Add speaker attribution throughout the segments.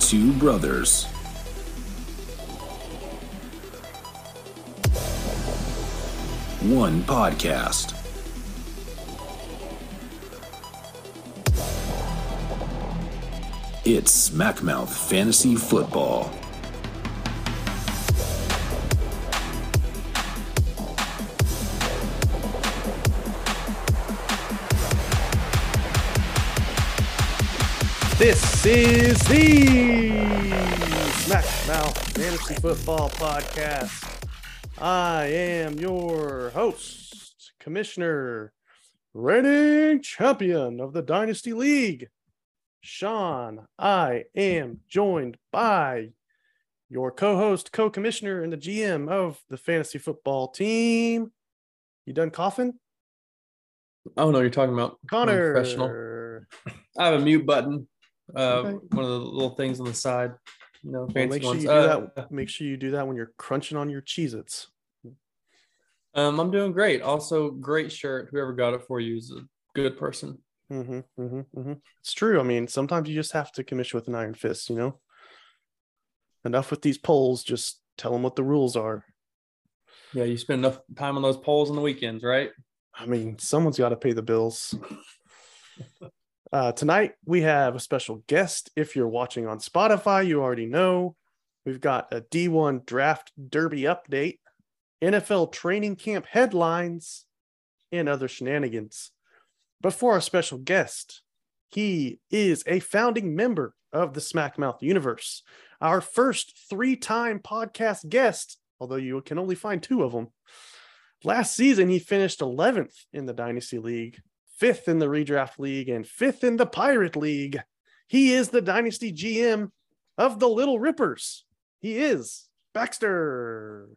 Speaker 1: two brothers. One podcast. It's Smackmouth Fantasy Football.
Speaker 2: This is the Smack Mouth Fantasy Football Podcast. I am your host, Commissioner, reigning champion of the Dynasty League, Sean. I am joined by your co host, co commissioner, and the GM of the fantasy football team. You done coughing?
Speaker 3: I don't know what Oh, you're talking about. I'm Professional.
Speaker 2: Connor.
Speaker 3: I have a mute button. Uh,
Speaker 2: Okay.
Speaker 3: One of the little things on the side. You know,
Speaker 2: Well,
Speaker 3: fancy
Speaker 2: make sure
Speaker 3: ones.
Speaker 2: you do
Speaker 3: Uh,
Speaker 2: that. Make sure you do that when you're crunching on your Cheez Its.
Speaker 3: Um, I'm doing great. Also, great shirt. Whoever got it for you is a good person.
Speaker 2: Mm-hmm, hmm hmm It's true. I mean, sometimes you just have to commission with an iron fist, you know? Enough with these polls. Just tell them what the rules are.
Speaker 3: Yeah, you spend enough time on those polls on the weekends, right?
Speaker 2: I mean, someone's got to pay the bills. Uh, tonight, we have a special guest. If you're watching on Spotify, you already know. We've got a D1 draft derby update, NFL training camp headlines, and other shenanigans. But for our special guest, he is a founding member of the Smackmouth universe, our first three time podcast guest, although you can only find two of them. Last season, he finished 11th in the Dynasty League, fifth in the Redraft League, and fifth in the Pirate League. He is the Dynasty GM of the Little Rippers. He is Baxter.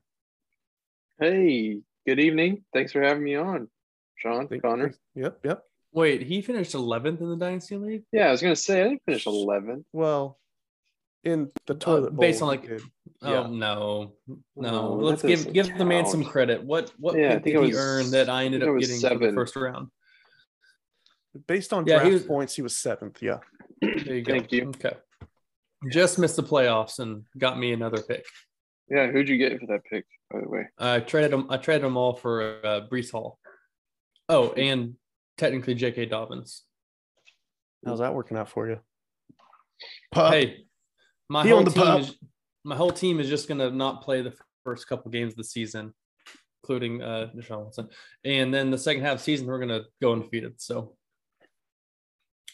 Speaker 4: Hey, good evening. Thanks for having me on, Sean, Connor.
Speaker 2: Yep, yep.
Speaker 3: Wait, he finished 11th in the Dynasty League?
Speaker 4: Yeah, I was gonna say I didn't finish 11th.
Speaker 2: Well, in the toilet bowl,
Speaker 3: based on,
Speaker 2: he
Speaker 3: like,
Speaker 2: did.
Speaker 3: Oh
Speaker 2: Yeah.
Speaker 3: no, no.
Speaker 4: No, that
Speaker 3: Let's give
Speaker 4: doesn't
Speaker 3: give the man
Speaker 4: count.
Speaker 3: some credit. What what
Speaker 4: Yeah, I
Speaker 3: pick
Speaker 4: think
Speaker 3: did he
Speaker 4: I was-
Speaker 3: earn that I ended
Speaker 4: I think I
Speaker 3: up
Speaker 4: was
Speaker 3: getting for the
Speaker 4: seven.
Speaker 3: first round?
Speaker 2: based on
Speaker 3: Yeah, he
Speaker 2: draft
Speaker 3: was-
Speaker 2: points, he was seventh. Yeah.
Speaker 3: There you go.
Speaker 4: Thank you.
Speaker 3: Okay. Just missed the playoffs and got me another pick.
Speaker 4: Yeah, who'd you get for that pick, by the way?
Speaker 3: I traded them. I traded them all for uh, Brees Hall. Oh, and technically J.K. Dobbins.
Speaker 2: How's that working out for you?
Speaker 3: hey, my
Speaker 2: Uh, He
Speaker 3: whole
Speaker 2: owned the
Speaker 3: team.
Speaker 2: pup.
Speaker 3: Is, my whole team is just gonna not play the first couple games of the season, including uh, Deshaun Watson, and then the second half of the season we're gonna go undefeated. So,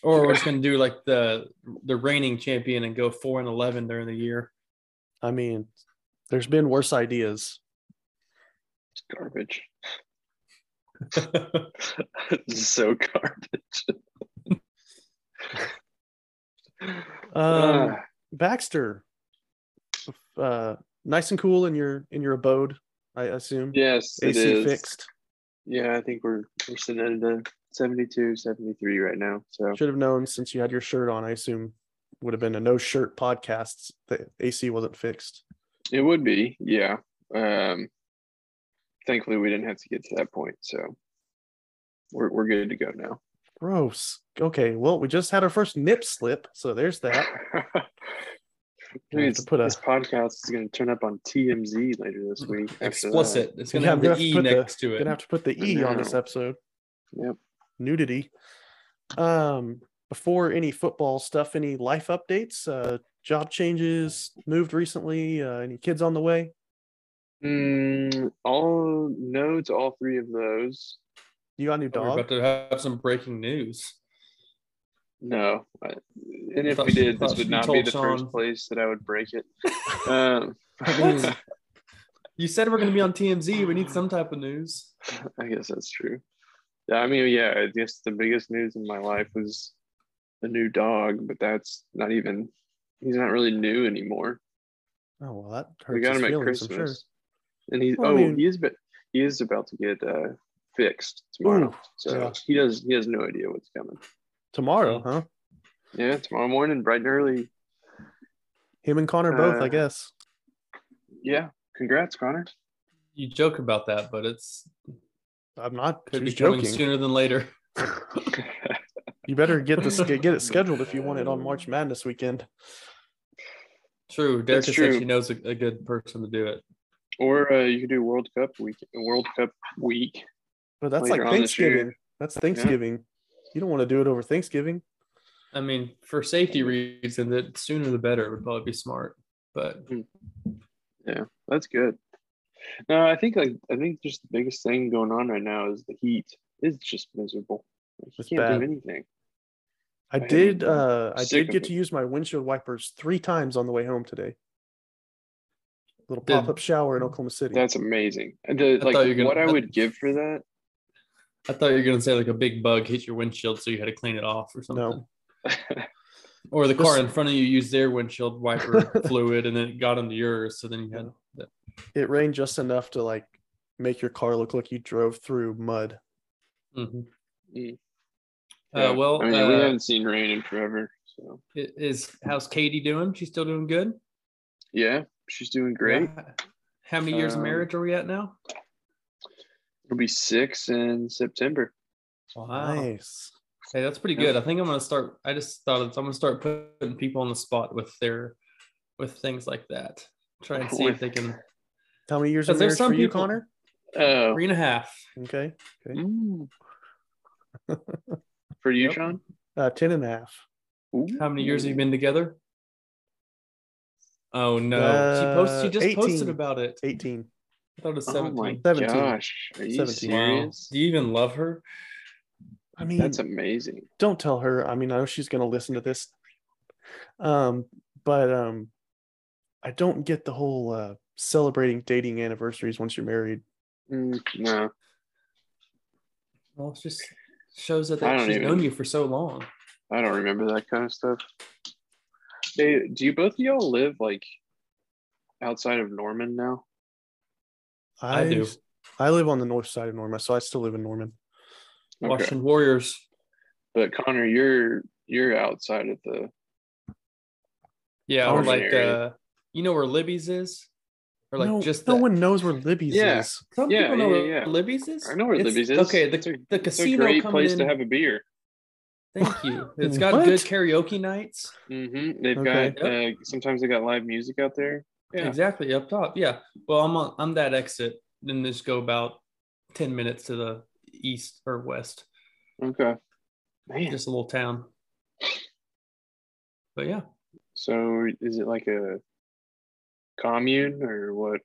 Speaker 3: or we're just gonna do like the the reigning champion and go four and eleven during the year.
Speaker 2: I mean, there's been worse ideas.
Speaker 4: It's garbage. It's so garbage.
Speaker 3: Uh,
Speaker 2: Um,
Speaker 4: Ah,
Speaker 2: Baxter, uh, nice and cool in your in your abode, I assume.
Speaker 4: yes, it
Speaker 2: AC
Speaker 4: is.
Speaker 2: fixed.
Speaker 4: Yeah, I think we're we're sitting at a 72, 73 right now. So
Speaker 2: Should have known since you had your shirt on. I assume would have been a no shirt podcast. The AC wasn't fixed.
Speaker 4: it would be, yeah. Um thankfully we didn't have to get to that point, so we're we're good to go now.
Speaker 2: Gross. Okay, well, we just had our first nip slip, so there's that. Gonna have
Speaker 4: Dude,
Speaker 2: to put a-
Speaker 4: this podcast is going to turn up on TMZ later this week. uh, after that.
Speaker 3: Explicit. It's gonna
Speaker 2: Yeah,
Speaker 3: have
Speaker 2: I'm gonna
Speaker 3: the
Speaker 2: have to
Speaker 3: E
Speaker 2: put the-
Speaker 3: next to it.
Speaker 2: Gonna have to put the E on this
Speaker 4: No.
Speaker 2: episode.
Speaker 4: Yep.
Speaker 2: Nudity. Um, before any football stuff, any life updates, uh, job changes, moved recently, uh, any kids on the way?
Speaker 4: Mm, all no to all three of those.
Speaker 2: You got a new
Speaker 3: We're
Speaker 2: dog?
Speaker 3: about to have some breaking news.
Speaker 4: No, I- and
Speaker 3: I
Speaker 4: if
Speaker 3: thought
Speaker 4: we
Speaker 3: she-
Speaker 4: did, this
Speaker 3: thought
Speaker 4: would
Speaker 3: she
Speaker 4: not be
Speaker 3: told
Speaker 4: the
Speaker 3: Sean.
Speaker 4: first place that I would break it. um,
Speaker 3: I mean, you said we're going to be on TMZ. We need some type of news.
Speaker 4: I guess that's true. Yeah, I mean, yeah, I guess the biggest news in my life was the new dog, but that's not even. He's not really new anymore.
Speaker 2: Oh well, that hurts
Speaker 4: We got
Speaker 2: his
Speaker 4: him at
Speaker 2: feelings, I'm sure.
Speaker 4: Christmas, and he
Speaker 2: Well, I
Speaker 4: oh
Speaker 2: mean-
Speaker 4: he is but he is about to get uh, fixed tomorrow,
Speaker 2: Ooh,
Speaker 4: so
Speaker 2: yeah.
Speaker 4: he does he has no idea what's coming.
Speaker 3: Hmm.
Speaker 2: Tomorrow, huh?
Speaker 4: Yeah, tomorrow morning, bright and early.
Speaker 2: Him and Connor both, I
Speaker 4: Uh,
Speaker 2: guess.
Speaker 4: Yeah, congrats, Connor.
Speaker 3: You joke about that, but it's
Speaker 2: I'm not
Speaker 3: could be
Speaker 2: just
Speaker 3: coming
Speaker 2: joking.
Speaker 3: sooner than later.
Speaker 2: You better get this get it scheduled if you want it on March Madness weekend.
Speaker 3: True. Derek
Speaker 4: That's
Speaker 3: just
Speaker 4: true.
Speaker 3: said she knows a, a good person to do it.
Speaker 4: Or uh, you could do World Cup week. World Cup week.
Speaker 2: But that's
Speaker 4: Later
Speaker 2: like
Speaker 4: on this year.
Speaker 2: Thanksgiving. That's Thanksgiving. You don't want to do it over Thanksgiving.
Speaker 3: I mean, for safety reasons, that sooner the better would probably be smart. But
Speaker 4: That's good. No, I think like I think just the biggest thing going on right now is the heat. It's just miserable. Like, you
Speaker 2: It's
Speaker 4: can't
Speaker 2: bad.
Speaker 4: do anything.
Speaker 2: I
Speaker 4: I am
Speaker 2: did. Uh, I
Speaker 4: sick
Speaker 2: did
Speaker 4: of
Speaker 2: get
Speaker 4: it.
Speaker 2: to use my windshield wipers three times on the way home today. Little
Speaker 3: Did-
Speaker 2: pop up shower in Oklahoma City.
Speaker 4: That's amazing. And the,
Speaker 3: I
Speaker 4: like
Speaker 3: thought you were gonna-
Speaker 4: what I would give for that.
Speaker 3: I thought you were gonna say like a big bug hit your windshield, so you had to clean it off or something. Or the car in front of you used their windshield wiper fluid, and then it got into yours. So then you had that.
Speaker 2: it rained just enough to like make your car look like you drove through mud.
Speaker 3: Mhm.
Speaker 4: Mm.
Speaker 3: Uh, well,
Speaker 4: I mean,
Speaker 3: uh,
Speaker 4: we haven't seen rain in forever. So
Speaker 3: i- is how's Katie doing? She's still doing good.
Speaker 4: yeah, she's doing great.
Speaker 3: Yeah. How many years of
Speaker 4: Um,
Speaker 3: marriage are we at now?
Speaker 4: It'll be six in September.
Speaker 3: Wow.
Speaker 2: Nice.
Speaker 3: Hey, that's pretty
Speaker 4: Yeah.
Speaker 3: good. I think I'm gonna start. I just thought it's, I'm gonna start putting people on the spot with their with things like that. Try and see if they can
Speaker 2: How many years of
Speaker 3: 'Cause
Speaker 2: marriage
Speaker 3: there's
Speaker 2: for
Speaker 3: some
Speaker 2: you,
Speaker 3: people-
Speaker 2: Connor?
Speaker 4: Oh,
Speaker 3: three and a half.
Speaker 2: Okay.
Speaker 4: mm. for you,
Speaker 3: Yep.
Speaker 4: John?
Speaker 2: Uh, 10 and a half.
Speaker 3: How many years have you been together? Oh no, she posted. She
Speaker 2: Uh,
Speaker 3: just
Speaker 2: 18.
Speaker 3: posted about it.
Speaker 2: 18.
Speaker 3: I thought it was
Speaker 4: Oh my
Speaker 3: 17.
Speaker 2: Seventeen.
Speaker 4: gosh, are you
Speaker 2: Seventeen.
Speaker 3: wow.
Speaker 4: serious?
Speaker 3: Do you even love her?
Speaker 2: I mean,
Speaker 4: That's amazing.
Speaker 2: don't tell her. I mean, I know she's going to listen to this. Um, but um, I don't get the whole uh, celebrating dating anniversaries once you're married.
Speaker 4: Mm, no,
Speaker 3: Well, it just shows that,
Speaker 4: I
Speaker 3: that
Speaker 4: don't
Speaker 3: she's
Speaker 4: even-
Speaker 3: known you for so long.
Speaker 4: I don't remember that kind of stuff. Hey, do you both of y'all live like outside of Norman now?
Speaker 3: I do.
Speaker 2: I live on the north side of Norman, so I still live in Norman.
Speaker 4: Okay.
Speaker 3: Washington Warriors.
Speaker 4: But Connor, you're you're outside of the
Speaker 3: Yeah, or like
Speaker 4: Ordinary.
Speaker 3: uh, you know where Libby's is, or like
Speaker 2: no,
Speaker 3: just
Speaker 2: no
Speaker 3: the-
Speaker 2: one knows where Libby's
Speaker 4: Yeah.
Speaker 2: is.
Speaker 3: Some
Speaker 4: Yeah,
Speaker 3: people know
Speaker 4: yeah,
Speaker 3: where
Speaker 4: yeah.
Speaker 3: Libby's is.
Speaker 4: I know where
Speaker 3: It's-
Speaker 4: Libby's is.
Speaker 3: Okay, the,
Speaker 4: It's a-
Speaker 3: the
Speaker 4: it's a
Speaker 3: casino
Speaker 4: great
Speaker 3: coming
Speaker 4: place
Speaker 3: in.
Speaker 4: to have a beer.
Speaker 3: Thank you. It's got
Speaker 2: What?
Speaker 3: good karaoke nights.
Speaker 4: hmm They've
Speaker 2: Okay.
Speaker 4: got uh, sometimes they got live music out there. Yeah.
Speaker 3: Exactly up top. Yeah. Well, I'm on. I'm that exit. Then just go about ten minutes to the east or west.
Speaker 4: Okay, man.
Speaker 3: Just a little town. But yeah,
Speaker 4: So is it like a commune or what?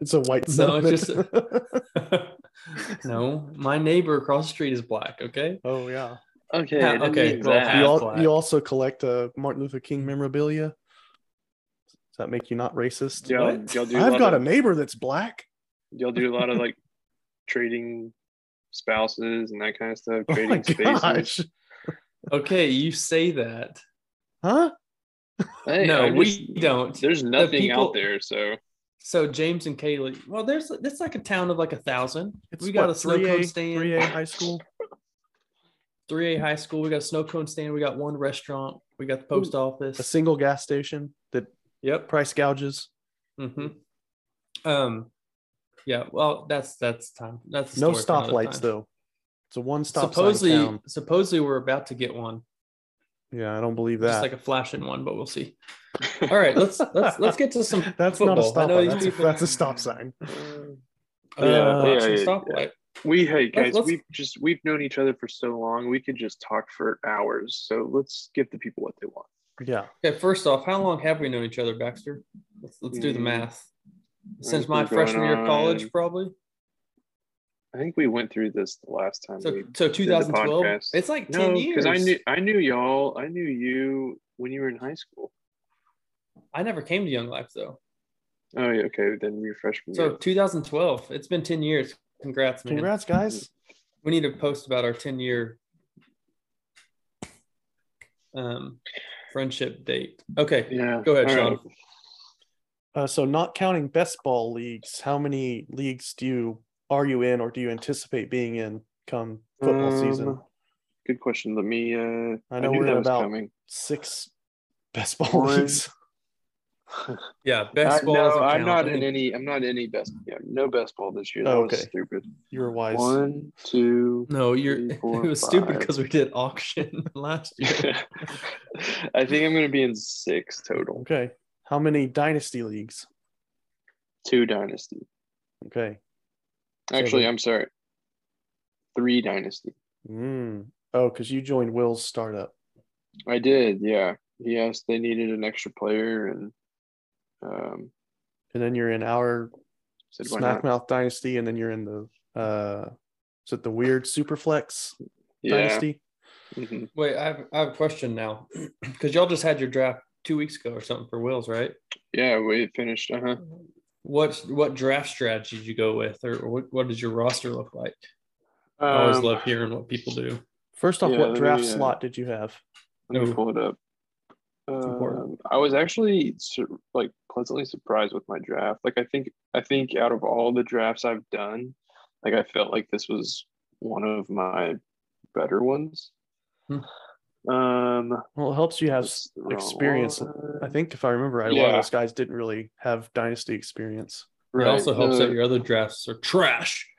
Speaker 2: It's a white
Speaker 3: No,
Speaker 2: settlement.
Speaker 3: it's no, my neighbor across the street is black. Okay.
Speaker 2: oh yeah.
Speaker 4: Okay,
Speaker 3: Yeah,
Speaker 4: I didn't
Speaker 3: okay,
Speaker 4: mean
Speaker 3: well,
Speaker 4: that.
Speaker 2: You,
Speaker 3: Half
Speaker 2: all,
Speaker 3: black.
Speaker 2: you also collect uh, Martin Luther King memorabilia. Does that make you not racist?
Speaker 4: y'all,
Speaker 3: what?
Speaker 4: y'all do. a
Speaker 2: I've
Speaker 4: lot
Speaker 2: got
Speaker 4: of,
Speaker 2: a neighbor that's black.
Speaker 4: Y'all do a lot of like trading spouses and that kind of stuff.
Speaker 2: Oh
Speaker 4: Trading
Speaker 2: my
Speaker 4: spaces.
Speaker 2: gosh.
Speaker 3: Okay, you say that.
Speaker 2: Huh?
Speaker 4: Hey,
Speaker 3: no,
Speaker 4: I'm
Speaker 3: we
Speaker 4: just-
Speaker 3: don't.
Speaker 4: There's nothing
Speaker 3: people-
Speaker 4: out there, so
Speaker 3: So James and Kaylee. Well, there's that's like a town of like a thousand. we
Speaker 2: what,
Speaker 3: got a snow cone
Speaker 2: 3A
Speaker 3: stand.
Speaker 2: 3A high school.
Speaker 3: 3A high school. We got a snow cone stand. We got one restaurant. We got the post
Speaker 2: A
Speaker 3: office.
Speaker 2: single gas station that
Speaker 3: Yep.
Speaker 2: price gouges.
Speaker 3: hmm Um, yeah. Well, that's that's time. That's a
Speaker 2: No
Speaker 3: story for another
Speaker 2: stoplights
Speaker 3: time.
Speaker 2: though. It's a one stop sign
Speaker 3: Supposedly,
Speaker 2: town.
Speaker 3: supposedly we're about to get one,
Speaker 2: Yeah, I don't believe
Speaker 3: just
Speaker 2: that.
Speaker 3: like a flashing one, but we'll see. All right, let's let's let's get to some.
Speaker 2: that's not a
Speaker 3: football. I
Speaker 2: stoplight.
Speaker 3: know these
Speaker 2: That's, a-
Speaker 3: people-
Speaker 2: that's a stop sign. Oh,
Speaker 3: Uh,
Speaker 4: Yeah,
Speaker 3: watching
Speaker 4: yeah,
Speaker 3: the
Speaker 4: yeah,
Speaker 3: stoplight.
Speaker 4: we hey guys,
Speaker 3: let's-
Speaker 4: we've just we've known each other for so long. We could just talk for hours. So let's give the people what they want.
Speaker 2: Yeah.
Speaker 3: Okay, first off, how long have we known each other, Baxter? Let's let's do the
Speaker 4: Mm.
Speaker 3: math.
Speaker 4: That's
Speaker 3: Since my
Speaker 4: been going
Speaker 3: freshman year of college,
Speaker 4: on.
Speaker 3: probably.
Speaker 4: I think we went through this the last time.
Speaker 3: So
Speaker 4: we
Speaker 3: so 2012.
Speaker 4: podcast.
Speaker 3: It's like 10
Speaker 4: no,
Speaker 3: years.
Speaker 4: because I knew I knew y'all. I knew you when you were in high school.
Speaker 3: I never came to Young Life though.
Speaker 4: Oh, yeah, okay. Then your freshman
Speaker 3: So
Speaker 4: year.
Speaker 3: 2012. It's been 10 years. Congrats, man.
Speaker 2: Congrats, guys.
Speaker 3: We need to post about our 10 year um, friendship date. Okay,
Speaker 4: Yeah.
Speaker 3: go ahead,
Speaker 4: all
Speaker 3: Sean.
Speaker 4: right.
Speaker 2: Uh, so not counting best ball leagues, how many leagues do you are you in or do you anticipate being in come football
Speaker 4: Um,
Speaker 2: season?
Speaker 4: Good question. Let me. Uh,
Speaker 2: I know
Speaker 4: knew
Speaker 2: we're
Speaker 4: that
Speaker 2: at
Speaker 4: was
Speaker 2: about-
Speaker 4: coming.
Speaker 2: Six best ball
Speaker 4: One.
Speaker 2: leagues.
Speaker 3: Yeah,
Speaker 4: I,
Speaker 3: best ball.
Speaker 4: no,
Speaker 3: doesn't
Speaker 4: I'm
Speaker 3: count.
Speaker 4: not
Speaker 3: I
Speaker 4: in
Speaker 3: think-
Speaker 4: any. I'm not any best. Yeah, no best ball this year. That
Speaker 2: Oh,
Speaker 4: was
Speaker 2: okay.
Speaker 4: stupid.
Speaker 2: You were wise.
Speaker 4: One, two.
Speaker 3: No, you're.
Speaker 4: Three, four,
Speaker 3: it was stupid
Speaker 4: five.
Speaker 3: because we did auction last year.
Speaker 4: I think I'm gonna be in six total.
Speaker 2: Okay. How many dynasty leagues?
Speaker 4: Two dynasty.
Speaker 2: Okay.
Speaker 4: Actually,
Speaker 2: the-
Speaker 4: I'm sorry. Three dynasty.
Speaker 2: Mm. Oh, because you joined Will's startup.
Speaker 4: I did, yeah. Yes, they needed an extra player and um
Speaker 2: And then you're in our
Speaker 4: said why not?
Speaker 2: Smackmouth Dynasty, and then you're in the uh is it the weird Superflex
Speaker 4: Yeah.
Speaker 2: Dynasty?
Speaker 4: mhm.
Speaker 3: Wait, I have, I have a question now because y'all just had your draft two weeks ago or something for Wills, right?
Speaker 4: Yeah, we finished. Uh-huh.
Speaker 3: What what draft strategy did you go with, or, or what, what does your roster look like? I always
Speaker 4: Um,
Speaker 3: love hearing what people do.
Speaker 2: First off,
Speaker 4: Yeah,
Speaker 2: what
Speaker 4: let
Speaker 2: draft
Speaker 4: me, uh,
Speaker 2: slot did you have?
Speaker 4: Let me
Speaker 2: Mm-hmm.
Speaker 3: No.
Speaker 4: pull it up. Um,
Speaker 3: important.
Speaker 4: I was actually sur- like pleasantly surprised with my draft. Like I think I think out of all the drafts I've done, like I felt like this was one of my better ones.
Speaker 3: Hmm.
Speaker 4: Um,
Speaker 2: Well, it helps you have
Speaker 4: that's the wrong
Speaker 2: experience, I
Speaker 4: one.
Speaker 2: think if I remember right, a lot of
Speaker 4: Yeah.
Speaker 2: those guys didn't really have dynasty experience.
Speaker 3: It also helps
Speaker 4: no,
Speaker 3: that your other drafts are trash.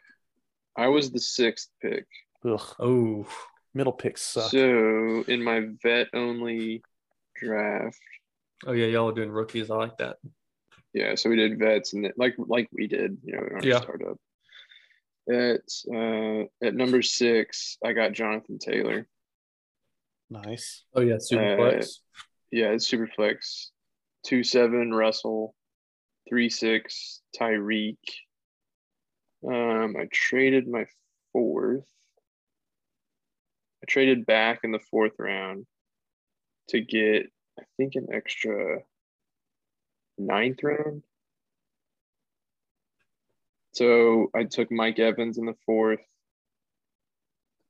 Speaker 4: I was the sixth pick.
Speaker 2: Ugh,
Speaker 3: Oh,
Speaker 2: middle picks suck.
Speaker 4: So in my vet only draft,
Speaker 3: oh yeah, y'all are doing rookies. I like that.
Speaker 4: yeah. So we did vets and like like we did, you know, in our
Speaker 3: Yeah.
Speaker 4: startup. At uh, at number six, I got Jonathan Taylor.
Speaker 2: nice.
Speaker 3: Oh yeah, superplex.
Speaker 4: Yeah, it's super flex. Two seven Russell, three six Tyreek. Um, I traded my fourth. I traded back in the fourth round to get, I think, an extra ninth round. So I took Mike Evans in the fourth.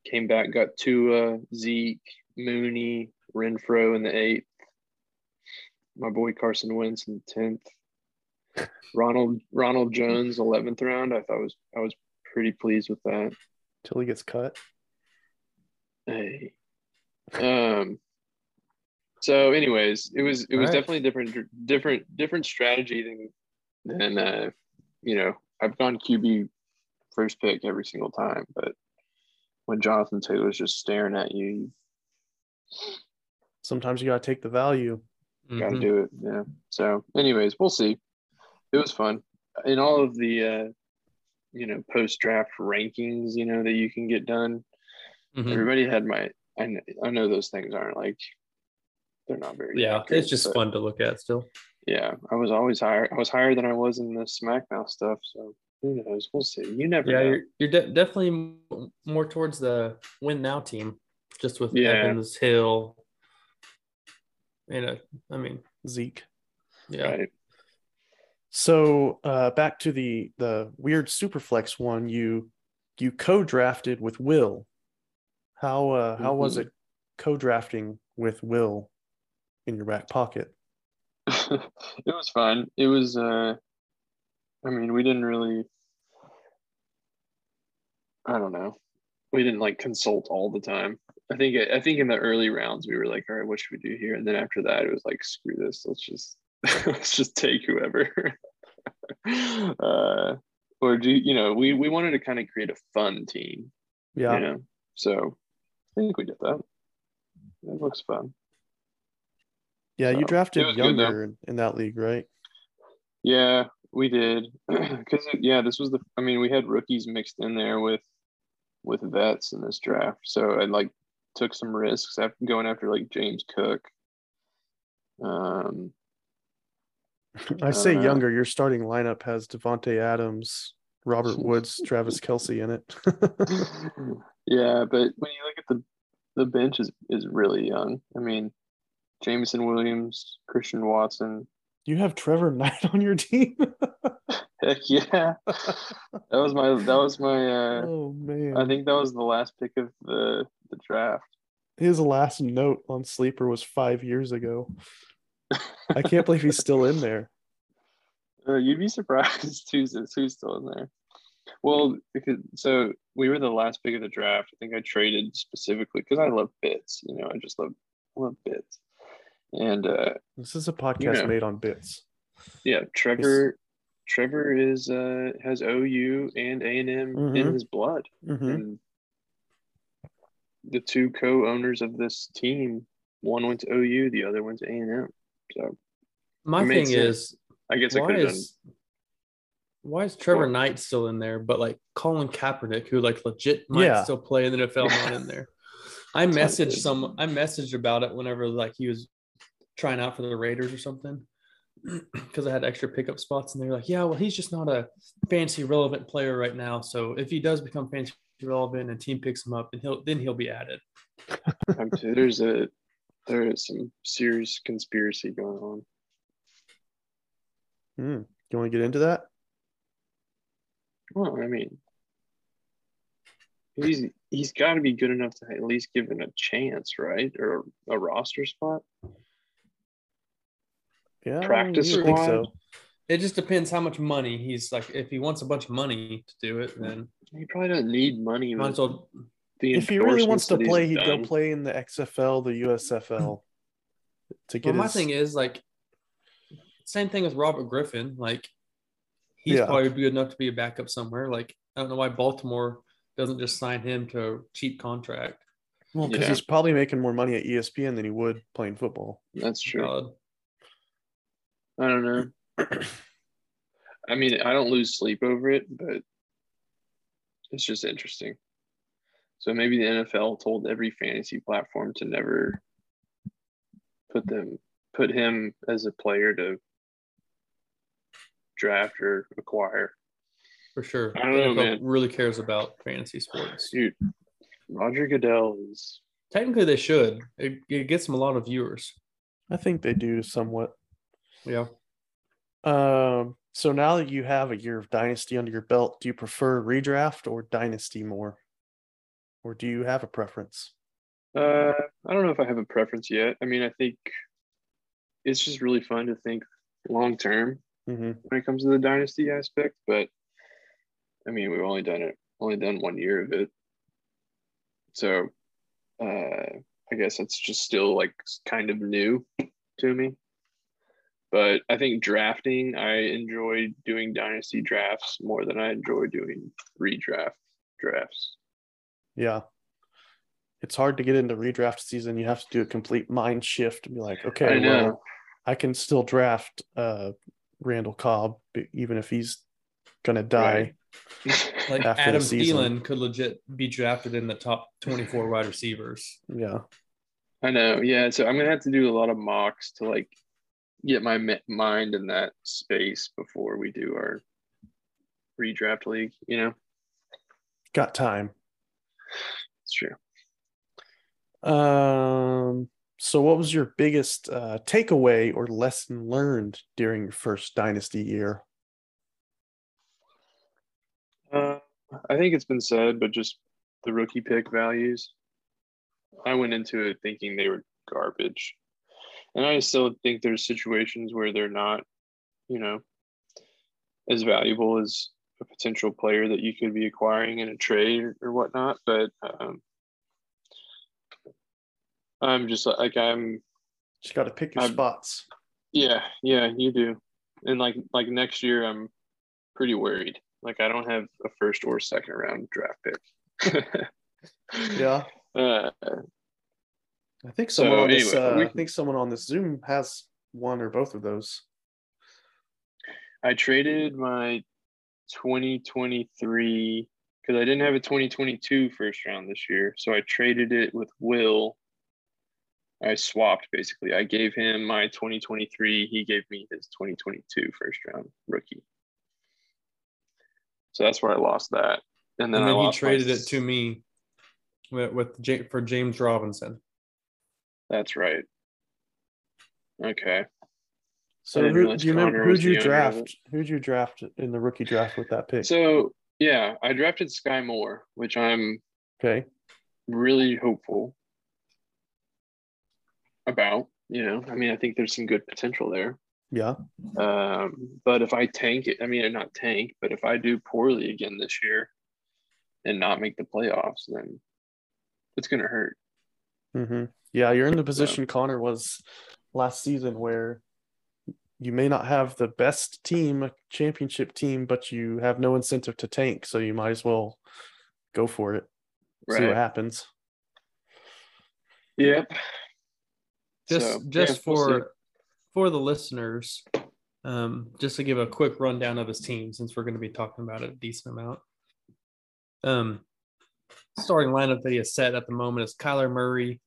Speaker 4: Came back, got Tua, Zeke, Mooney, Renfro in the eighth. My boy Carson Wentz in the tenth. Ronald Ronald Jones eleventh round. I thought was I was pretty pleased with that.
Speaker 2: Till he gets cut.
Speaker 4: Hey. Um. So, anyways, it was it was
Speaker 3: Alright.
Speaker 4: definitely different different different strategy than than uh, you know I've gone QB first pick every single time, but when Jonathan Taylor's just staring at you, you
Speaker 2: Sometimes you gotta take the value.
Speaker 4: got to
Speaker 3: Mhm.
Speaker 4: do it. Yeah. So, anyways, we'll see. It was fun. In all of the, uh, you know, post draft rankings, you know, that you can get done,
Speaker 3: Mhm.
Speaker 4: everybody had my, I know, I know those things aren't like, they're not very,
Speaker 3: Yeah,
Speaker 4: accurate,
Speaker 3: it's just
Speaker 4: but
Speaker 3: fun to look at still.
Speaker 4: Yeah. I was always higher. I was higher than I was in the SmackDown stuff. So who knows? We'll see. You never
Speaker 3: Yeah,
Speaker 4: know.
Speaker 3: you're, you're de- definitely m- more towards the win now team, just with
Speaker 4: Yeah.
Speaker 3: Evans, Hill. You know, I mean,
Speaker 2: Zeke.
Speaker 3: yeah,
Speaker 4: Right.
Speaker 2: So uh back to the the weird superflex one, you you co-drafted with Will. How uh how was
Speaker 4: Mhm.
Speaker 2: it co-drafting with Will in your back pocket?
Speaker 4: it was fun. It was uh I mean, we didn't really I don't know. We didn't like consult all the time. I think I think in the early rounds we were like, all right, what should we do here? And then after that it was like, screw this, let's just let's just take whoever. uh or do you know, we we wanted to kind of create a fun team,
Speaker 2: Yeah.
Speaker 4: you know. So I think we did that. It looks fun.
Speaker 2: Yeah, you
Speaker 4: So,
Speaker 2: drafted
Speaker 4: Uh, it was good, though.
Speaker 2: younger in, in that league, right?
Speaker 4: Yeah, we did. Because yeah, this was the. I mean, we had rookies mixed in there with with vets in this draft. So I like took some risks after going after like James Cook. Um.
Speaker 2: I say
Speaker 4: Uh,
Speaker 2: younger, your starting lineup has Devonte Adams, Robert Woods, Travis Kelsey in it.
Speaker 4: yeah, but when you look at the the bench is is really young. I mean, Jameson Williams, Christian Watson.
Speaker 2: you have Trevor Knight on your team.
Speaker 4: Uh, Heck yeah, that was my that was my. Uh,
Speaker 2: oh man.
Speaker 4: I think that was the last pick of the the draft.
Speaker 2: his last note on sleeper was five years ago. I can't believe he's still in there.
Speaker 4: Uh, you'd be surprised who's who's still in there. Well, because so we were the last pick of the draft. I think I traded specifically because I love bits. You know, I just love love bits. And uh,
Speaker 2: This is a podcast
Speaker 4: Yeah.
Speaker 2: made on bits.
Speaker 4: yeah, Trevor, Trevor is uh, has OU and A and M
Speaker 3: Mm-hmm.
Speaker 2: Mhm.
Speaker 4: in his blood,
Speaker 2: Mhm.
Speaker 4: and the two co-owners of this team, one went to OU, the other went to A and M. So
Speaker 3: My
Speaker 4: It made
Speaker 3: thing
Speaker 4: sense.
Speaker 3: is,
Speaker 4: I guess I
Speaker 3: why
Speaker 4: could have done.
Speaker 3: is why is Trevor
Speaker 4: Well-
Speaker 3: Knight still in there, but like Colin Kaepernick, who like legit might
Speaker 2: Yeah.
Speaker 3: still play in the NFL, not in there? I
Speaker 4: That's not
Speaker 3: messaged
Speaker 4: good.
Speaker 3: some. I messaged about it whenever like he was trying out for the Raiders or something, because I had extra pickup spots, and they were like, "Yeah, well, he's just not a fancy relevant player right now. So if he does become fancy relevant and team picks him up, then he'll then he'll be added."
Speaker 4: I'm t- there's a there is some serious conspiracy going on.
Speaker 2: Hmm. You want to get into that?
Speaker 4: Well, I mean, he's he's got to be good enough to at least give it a chance, right, or a roster spot.
Speaker 2: Yeah. I
Speaker 4: Practice
Speaker 2: would
Speaker 4: squad?
Speaker 3: It just depends how much money he's like. If he wants a bunch of money to do it, then
Speaker 4: He probably doesn't need money.
Speaker 3: might
Speaker 4: With
Speaker 3: as well
Speaker 4: the
Speaker 2: If he really wants
Speaker 4: endorsements
Speaker 2: to
Speaker 4: that he's
Speaker 2: play, he'd go
Speaker 4: done.
Speaker 2: play in the XFL, the USFL. To get
Speaker 3: Well, my
Speaker 2: his,
Speaker 3: thing is like same thing with Robert Griffin. Like he's
Speaker 2: Yeah.
Speaker 3: probably good enough to be a backup somewhere. Like I don't know why Baltimore doesn't just sign him to a cheap contract.
Speaker 2: well, because
Speaker 4: Yeah.
Speaker 2: he's probably making more money at E ESPN than he would playing football.
Speaker 4: That's true.
Speaker 3: Uh,
Speaker 4: I don't know. I mean, I don't lose sleep over it, but it's just interesting. So maybe the NFL told every fantasy platform to never put them put him as a player to draft or acquire.
Speaker 3: for sure.
Speaker 4: I don't know, man.
Speaker 3: really cares about fantasy sports.
Speaker 4: Dude, Roger Goodell is
Speaker 3: Technically they should. It, it gets them a lot of viewers.
Speaker 2: I think they do somewhat.
Speaker 3: Yeah.
Speaker 2: Um, so now that you have a year of dynasty under your belt, do you prefer redraft or dynasty more? Or do you have a preference?
Speaker 4: Uh, I don't know if I have a preference yet. I mean, I think it's just really fun to think long term
Speaker 2: hmm
Speaker 4: when it comes to the dynasty aspect, but I mean, we've only done it, only done one year of it. So, uh, I guess it's just still like s- kind of new to me. But I think drafting, I enjoy doing dynasty drafts more than I enjoy doing redraft drafts.
Speaker 2: Yeah. It's hard to get into redraft season. You have to do a complete mind shift and be like, okay,
Speaker 4: I know.
Speaker 2: well, I can still draft uh, Randall Cobb, b- even if he's going to die.
Speaker 3: Like
Speaker 2: After the
Speaker 3: Adam
Speaker 2: season.
Speaker 3: Thielen could legit be drafted in the top 24 wide receivers.
Speaker 2: Yeah.
Speaker 4: I know. Yeah. So I'm gonna have to do a lot of mocks to like get my mi- mind in that space before we do our redraft league. You know,
Speaker 2: Got time.
Speaker 4: it's true.
Speaker 2: Um, so, what was your biggest uh, takeaway or lesson learned during your first dynasty year?
Speaker 4: Uh, I think it's been said, but just the rookie pick values. I went into it thinking they were garbage, and I still think there's situations where they're not, you know, as valuable as a potential player that you could be acquiring in a trade or, or whatnot. But um, I'm just like I'm
Speaker 2: Just got to pick your
Speaker 4: Um,
Speaker 2: spots.
Speaker 4: yeah, yeah, you do. And like like next year I'm pretty worried. Like I don't have a first or second round draft pick.
Speaker 2: Yeah,
Speaker 4: Uh,
Speaker 2: I think
Speaker 4: So,
Speaker 2: someone on this.
Speaker 4: anyway,
Speaker 2: uh,
Speaker 4: we
Speaker 2: I think someone on this Zoom has one or both of those.
Speaker 4: I traded my 2023 because I didn't have a 2022 first round this year. So I traded it with Will. I swapped basically. I gave him my 2023. He gave me his 2022 first round rookie. So that's where I lost that. And then,
Speaker 3: And then
Speaker 4: I
Speaker 3: he
Speaker 4: lost my
Speaker 3: traded it
Speaker 4: s-
Speaker 3: to me with, with Ja- for James Robinson.
Speaker 4: That's right. Okay.
Speaker 2: So
Speaker 4: didn't
Speaker 2: who
Speaker 4: realize
Speaker 2: do you remember?
Speaker 4: Connor
Speaker 2: Who'd
Speaker 4: was the
Speaker 2: you
Speaker 4: owner of
Speaker 2: draft? Who'd you draft in the rookie draft with that pick?
Speaker 4: So yeah, I drafted Sky Moore, which I'm
Speaker 2: okay,
Speaker 4: really hopeful about. You know, I mean, I think there's some good potential there.
Speaker 2: yeah,
Speaker 4: Um, but if I tank it, I mean, not tank, but if I do poorly again this year and not make the playoffs, then it's going to hurt.
Speaker 2: hmm yeah. You're in the position Connor was last season, where you may not have the best team, a championship team, but you have no incentive to tank, so you might as well go for it. See what
Speaker 4: Right.
Speaker 2: happens.
Speaker 4: Yep.
Speaker 3: Just
Speaker 4: So,
Speaker 3: just
Speaker 4: yeah, we'll
Speaker 3: for
Speaker 4: see.
Speaker 3: for the listeners, um, just to give a quick rundown of his team, since we're going to be talking about it a decent amount. Um, starting lineup that he has set at the moment is Kyler Murray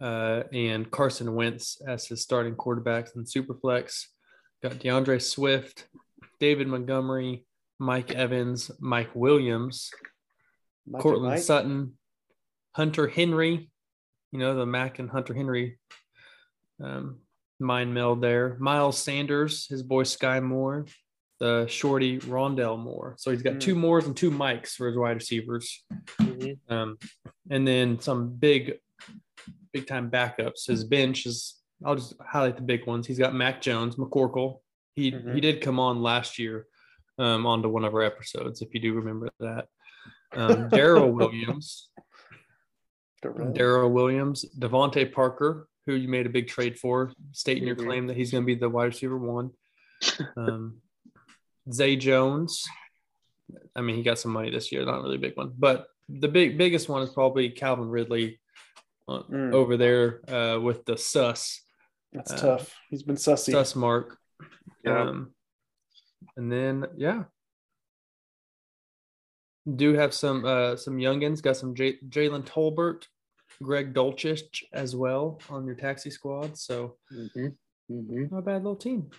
Speaker 3: uh, and Carson Wentz as his starting quarterbacks in Superflex. Got DeAndre Swift, David Montgomery, Mike Evans, Mike Williams,
Speaker 2: Mike and
Speaker 3: Cortland
Speaker 2: Mike.
Speaker 3: Sutton, Hunter Henry, you know, the Mac and Hunter Henry um, mind meld there. Miles Sanders, his boy Sky Moore, the shorty Rondell Moore. So he's got
Speaker 2: Mm.
Speaker 3: two Moores and two Mikes for his wide receivers.
Speaker 4: Mhm.
Speaker 3: Um, and then some big, big time backups. His bench is, I'll just highlight the big ones. He's got Mac Jones, McCorkle. He,
Speaker 2: Mhm.
Speaker 3: he did come on last year um, onto one of our episodes, if you do remember that. Um, Daryl Williams,
Speaker 2: Darrell.
Speaker 3: Daryl Williams, Devontae Parker, who you made a big trade for, stating your
Speaker 4: Mhm.
Speaker 3: claim that he's going to be the wide receiver one. Um, Zay Jones. I mean, he got some money this year, not really a big one, but the big biggest one is probably Calvin Ridley uh,
Speaker 2: Mm.
Speaker 3: over there uh, with the sus
Speaker 2: That's
Speaker 3: uh,
Speaker 2: tough. He's been sussy.
Speaker 3: sus mark.
Speaker 4: Yeah.
Speaker 3: Um, and then yeah, do have some uh, some youngins. Got some J- Jalen Tolbert, Greg Dolchich as well on your taxi squad. So
Speaker 4: Mm-hmm. Mm-hmm.
Speaker 3: not a bad little team.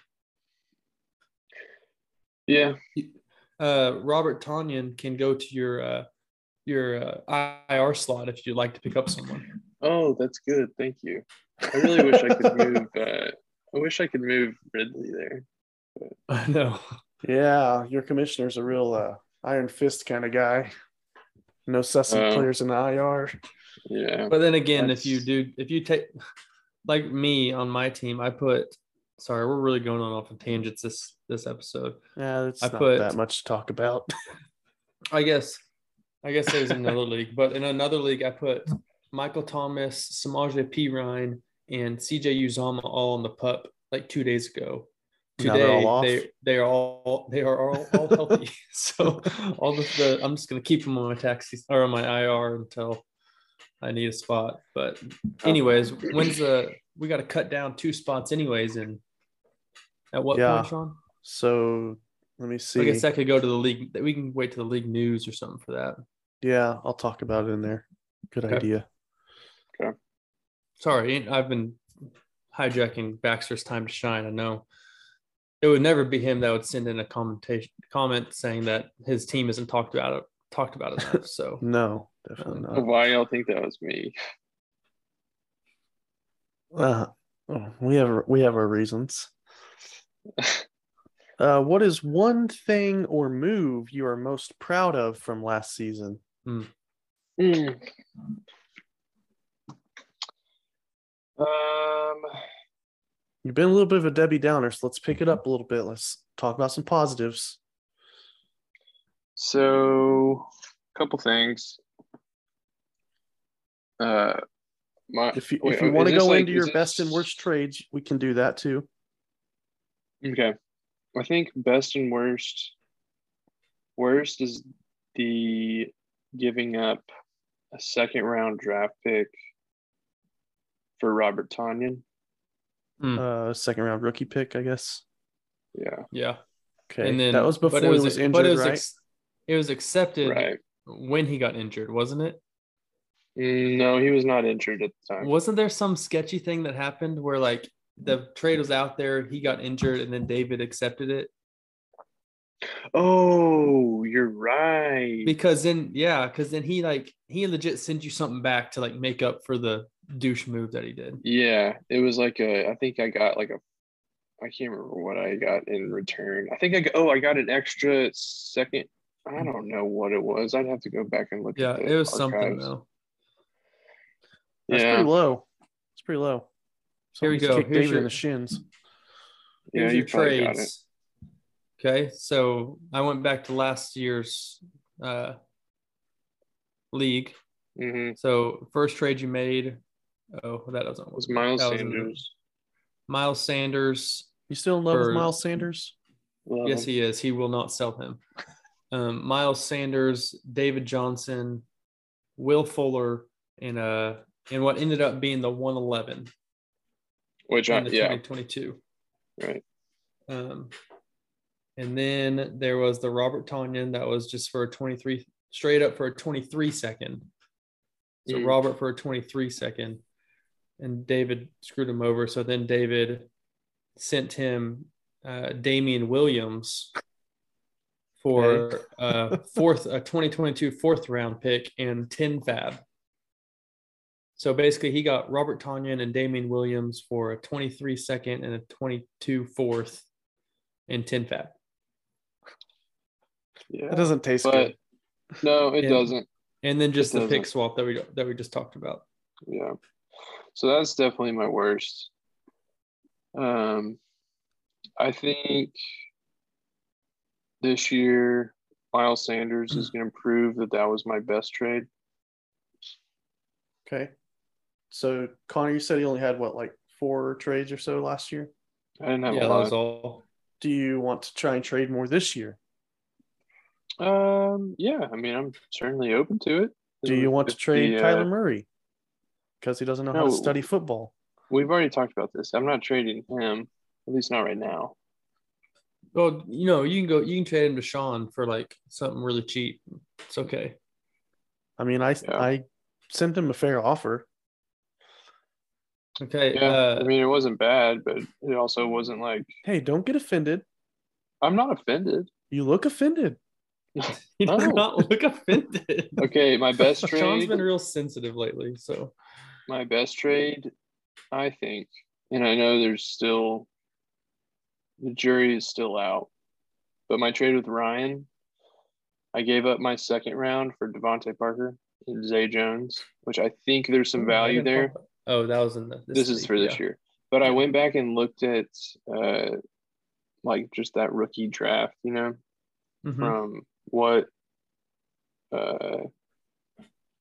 Speaker 4: Yeah.
Speaker 3: Uh, Robert Tanyan can go to your uh, your uh, IR slot if you'd like to pick up someone.
Speaker 4: Oh, that's good. Thank you. I really wish I could move. Uh, I wish I could move Ridley there.
Speaker 3: I know.
Speaker 2: Yeah, your commissioner's a real uh, iron fist kind of guy. No sussy
Speaker 4: Uh,
Speaker 2: players in the IR.
Speaker 4: Yeah.
Speaker 3: But then again, if
Speaker 4: That's-
Speaker 3: you do, if you take, like me on my team, I put. Sorry, we're really going on off of tangents this this episode.
Speaker 2: Yeah, it's
Speaker 3: I
Speaker 2: not
Speaker 3: put-
Speaker 2: that much to talk about.
Speaker 3: I guess, I guess it was in another league, but in another league, I put Michael Thomas, Samaje P. Ryan, and CJ Uzama all on the pup like two days ago.
Speaker 2: Now they're
Speaker 3: Today
Speaker 2: all off?
Speaker 3: they they are all they are all, all healthy. so all the, the I'm just gonna keep them on my taxi or on my IR until I need a spot. But
Speaker 2: Oh.
Speaker 3: anyways, when's the we got to cut down two spots anyways, and at what
Speaker 2: Yeah.
Speaker 3: point, Sean?
Speaker 2: So let me see.
Speaker 3: I guess that could go to the league. We can wait to the league news or something for that.
Speaker 2: yeah, I'll talk about it in there. Good
Speaker 3: Okay.
Speaker 2: idea.
Speaker 3: Sorry, I've been hijacking Baxter's time to shine. I know it would never be him that would send in a commentation comment saying that his team isn't talked about talked about enough. So
Speaker 2: No, definitely
Speaker 3: Uh,
Speaker 2: not.
Speaker 4: Why y'all think that was me?
Speaker 2: Uh, oh, we have we have our reasons. Uh, what is one thing or move you are most proud of from last season?
Speaker 4: Mm. Um,
Speaker 2: You've been a little bit of a Debbie Downer, so let's pick it up a little bit. Let's talk about some positives.
Speaker 4: so a couple things. Uh, my
Speaker 2: If you,
Speaker 4: wait,
Speaker 2: if you
Speaker 4: oh,
Speaker 2: want
Speaker 4: is
Speaker 2: to
Speaker 4: this
Speaker 2: go
Speaker 4: like-
Speaker 2: into
Speaker 4: is
Speaker 2: your
Speaker 4: this-
Speaker 2: best and worst trades, we can do that too.
Speaker 4: Okay. I think best and worst. Worst is the giving up a second round draft pick for Robert Tanyan.
Speaker 3: Hmm.
Speaker 2: Uh, second round rookie pick, I guess.
Speaker 4: Yeah.
Speaker 3: yeah,
Speaker 2: Okay, that was
Speaker 3: but
Speaker 2: before he was, injured,
Speaker 3: but it was
Speaker 2: right?
Speaker 3: ex- it was accepted
Speaker 4: Right.
Speaker 3: when he got injured, wasn't it?
Speaker 4: Mm, No, he was not injured at the time.
Speaker 3: Wasn't there some sketchy thing that happened where like the trade was out there, he got injured, and then David accepted it?
Speaker 4: Oh, you're right.
Speaker 3: because then yeah because then he like he legit sends you something back to like make up for the douche move that he did
Speaker 4: Yeah, it was like a. I think I got like a. I can't remember what I got in return. I think I got, oh I got an extra second. I don't know what it was. I'd have to go back and look.
Speaker 3: yeah
Speaker 4: at
Speaker 3: it was something
Speaker 4: archives.
Speaker 3: though
Speaker 2: That's
Speaker 4: yeah,
Speaker 2: pretty low. It's pretty low.
Speaker 3: Here we
Speaker 2: Somebody's
Speaker 3: go.
Speaker 2: kicked
Speaker 3: Here's
Speaker 2: David
Speaker 3: your-
Speaker 2: in the shins.
Speaker 4: yeah,
Speaker 3: Here's
Speaker 4: you
Speaker 3: your
Speaker 4: probably got it.
Speaker 3: trades. okay so i went back to last year's uh league
Speaker 4: Mm-hmm.
Speaker 3: so first trade you made oh that doesn't
Speaker 4: It was Miles
Speaker 3: that was-
Speaker 4: Sanders.
Speaker 3: miles sanders
Speaker 2: You still in love
Speaker 3: For-
Speaker 2: with Miles Sanders?
Speaker 4: Love
Speaker 3: Yes,
Speaker 4: him.
Speaker 3: he is. He will not sell him. Um, Miles Sanders, David Johnson, Will Fuller, and uh, and what ended up being the 111
Speaker 4: Which I,
Speaker 3: in the
Speaker 4: yeah,
Speaker 3: 2022.
Speaker 4: Right.
Speaker 3: Um, and then there was the Robert Tanyan that was just for a 23 straight up for a 23 second. So
Speaker 4: Mm.
Speaker 3: Robert for a 23 second, and David screwed him over. So then David sent him uh, Damian Williams for uh, fourth a 2022 fourth round pick and 10 fab. So basically, he got Robert Tanyan and Damian Williams for a 23 second and a 22 fourth and 10 fab.
Speaker 4: Yeah.
Speaker 2: That doesn't taste
Speaker 4: But
Speaker 2: good.
Speaker 4: no, it
Speaker 3: Yeah.
Speaker 4: doesn't.
Speaker 3: And then just
Speaker 4: It
Speaker 3: the pick
Speaker 4: doesn't.
Speaker 3: swap that we that we just talked about.
Speaker 4: Yeah. So that's definitely my worst. Um, I think this year Miles Sanders is going to prove that that was my best trade.
Speaker 2: Okay. So Connor, you said you only had what like four trades or so last year.
Speaker 4: I didn't have
Speaker 3: Yeah,
Speaker 4: a
Speaker 3: that
Speaker 4: lot.
Speaker 3: was all.
Speaker 2: Do you want to try and trade more this year?
Speaker 4: Um, yeah, I mean, I'm certainly open to it.
Speaker 2: Do you want to
Speaker 4: If
Speaker 2: trade
Speaker 4: the, uh,
Speaker 2: Kyler Murray? Because he doesn't know how
Speaker 4: No.
Speaker 2: to study football.
Speaker 4: We've already talked about this. I'm not trading him, at least not right now.
Speaker 3: Well, you know, you can go you can trade him to Sean for like something really cheap. It's okay.
Speaker 2: I mean, I
Speaker 4: Yeah.
Speaker 2: I sent him a fair offer.
Speaker 3: Okay.
Speaker 4: Yeah, I
Speaker 3: Uh,
Speaker 4: mean, it wasn't bad, but it also wasn't like
Speaker 2: Hey, don't get offended.
Speaker 4: I'm not offended.
Speaker 2: You look offended.
Speaker 3: you do
Speaker 4: no.
Speaker 3: not look offended.
Speaker 4: Oh. Okay, my best
Speaker 3: Sean's
Speaker 4: trade,
Speaker 3: been real sensitive lately, so
Speaker 4: my best trade, I think, and I know there's still the jury is still out, but my trade with Ryan, I gave up my second round for Devontae Parker and Zay Jones, which I think there's some
Speaker 3: Ooh, I
Speaker 4: value
Speaker 3: didn't
Speaker 4: there.
Speaker 3: thought- Oh, that was in the,
Speaker 4: this is
Speaker 3: week,
Speaker 4: for this
Speaker 3: yeah.
Speaker 4: year. But I
Speaker 3: Yeah.
Speaker 4: went back and looked at uh, like just that rookie draft, you know,
Speaker 3: Mhm.
Speaker 4: from what uh,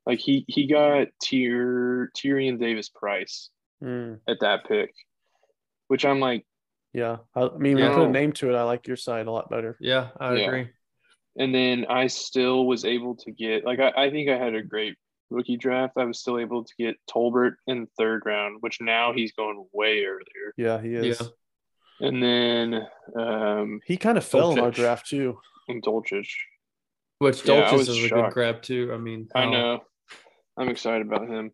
Speaker 4: like he he got Tier Tyrion Davis Price
Speaker 2: Mm,
Speaker 4: at that pick, which I'm like,
Speaker 2: yeah. I, I mean, when I
Speaker 4: Yeah.
Speaker 2: put a name to it, I like your side a lot better.
Speaker 3: Yeah, I
Speaker 4: Yeah.
Speaker 3: agree.
Speaker 4: and then I still was able to get like I, I think I had a great rookie draft. I was still able to get Tolbert in the third round, which now he's going way earlier.
Speaker 2: Yeah, he is.
Speaker 3: Yeah.
Speaker 4: And then um
Speaker 2: He kind of fell in our
Speaker 4: Dolchich.
Speaker 2: draft too.
Speaker 4: and Dolchich.
Speaker 3: Which
Speaker 4: Yeah, I
Speaker 3: Dolchis
Speaker 4: was
Speaker 3: is a good
Speaker 4: shocked.
Speaker 3: grab too. I mean,
Speaker 4: I
Speaker 2: Oh.
Speaker 3: how-
Speaker 4: know. I'm excited about him.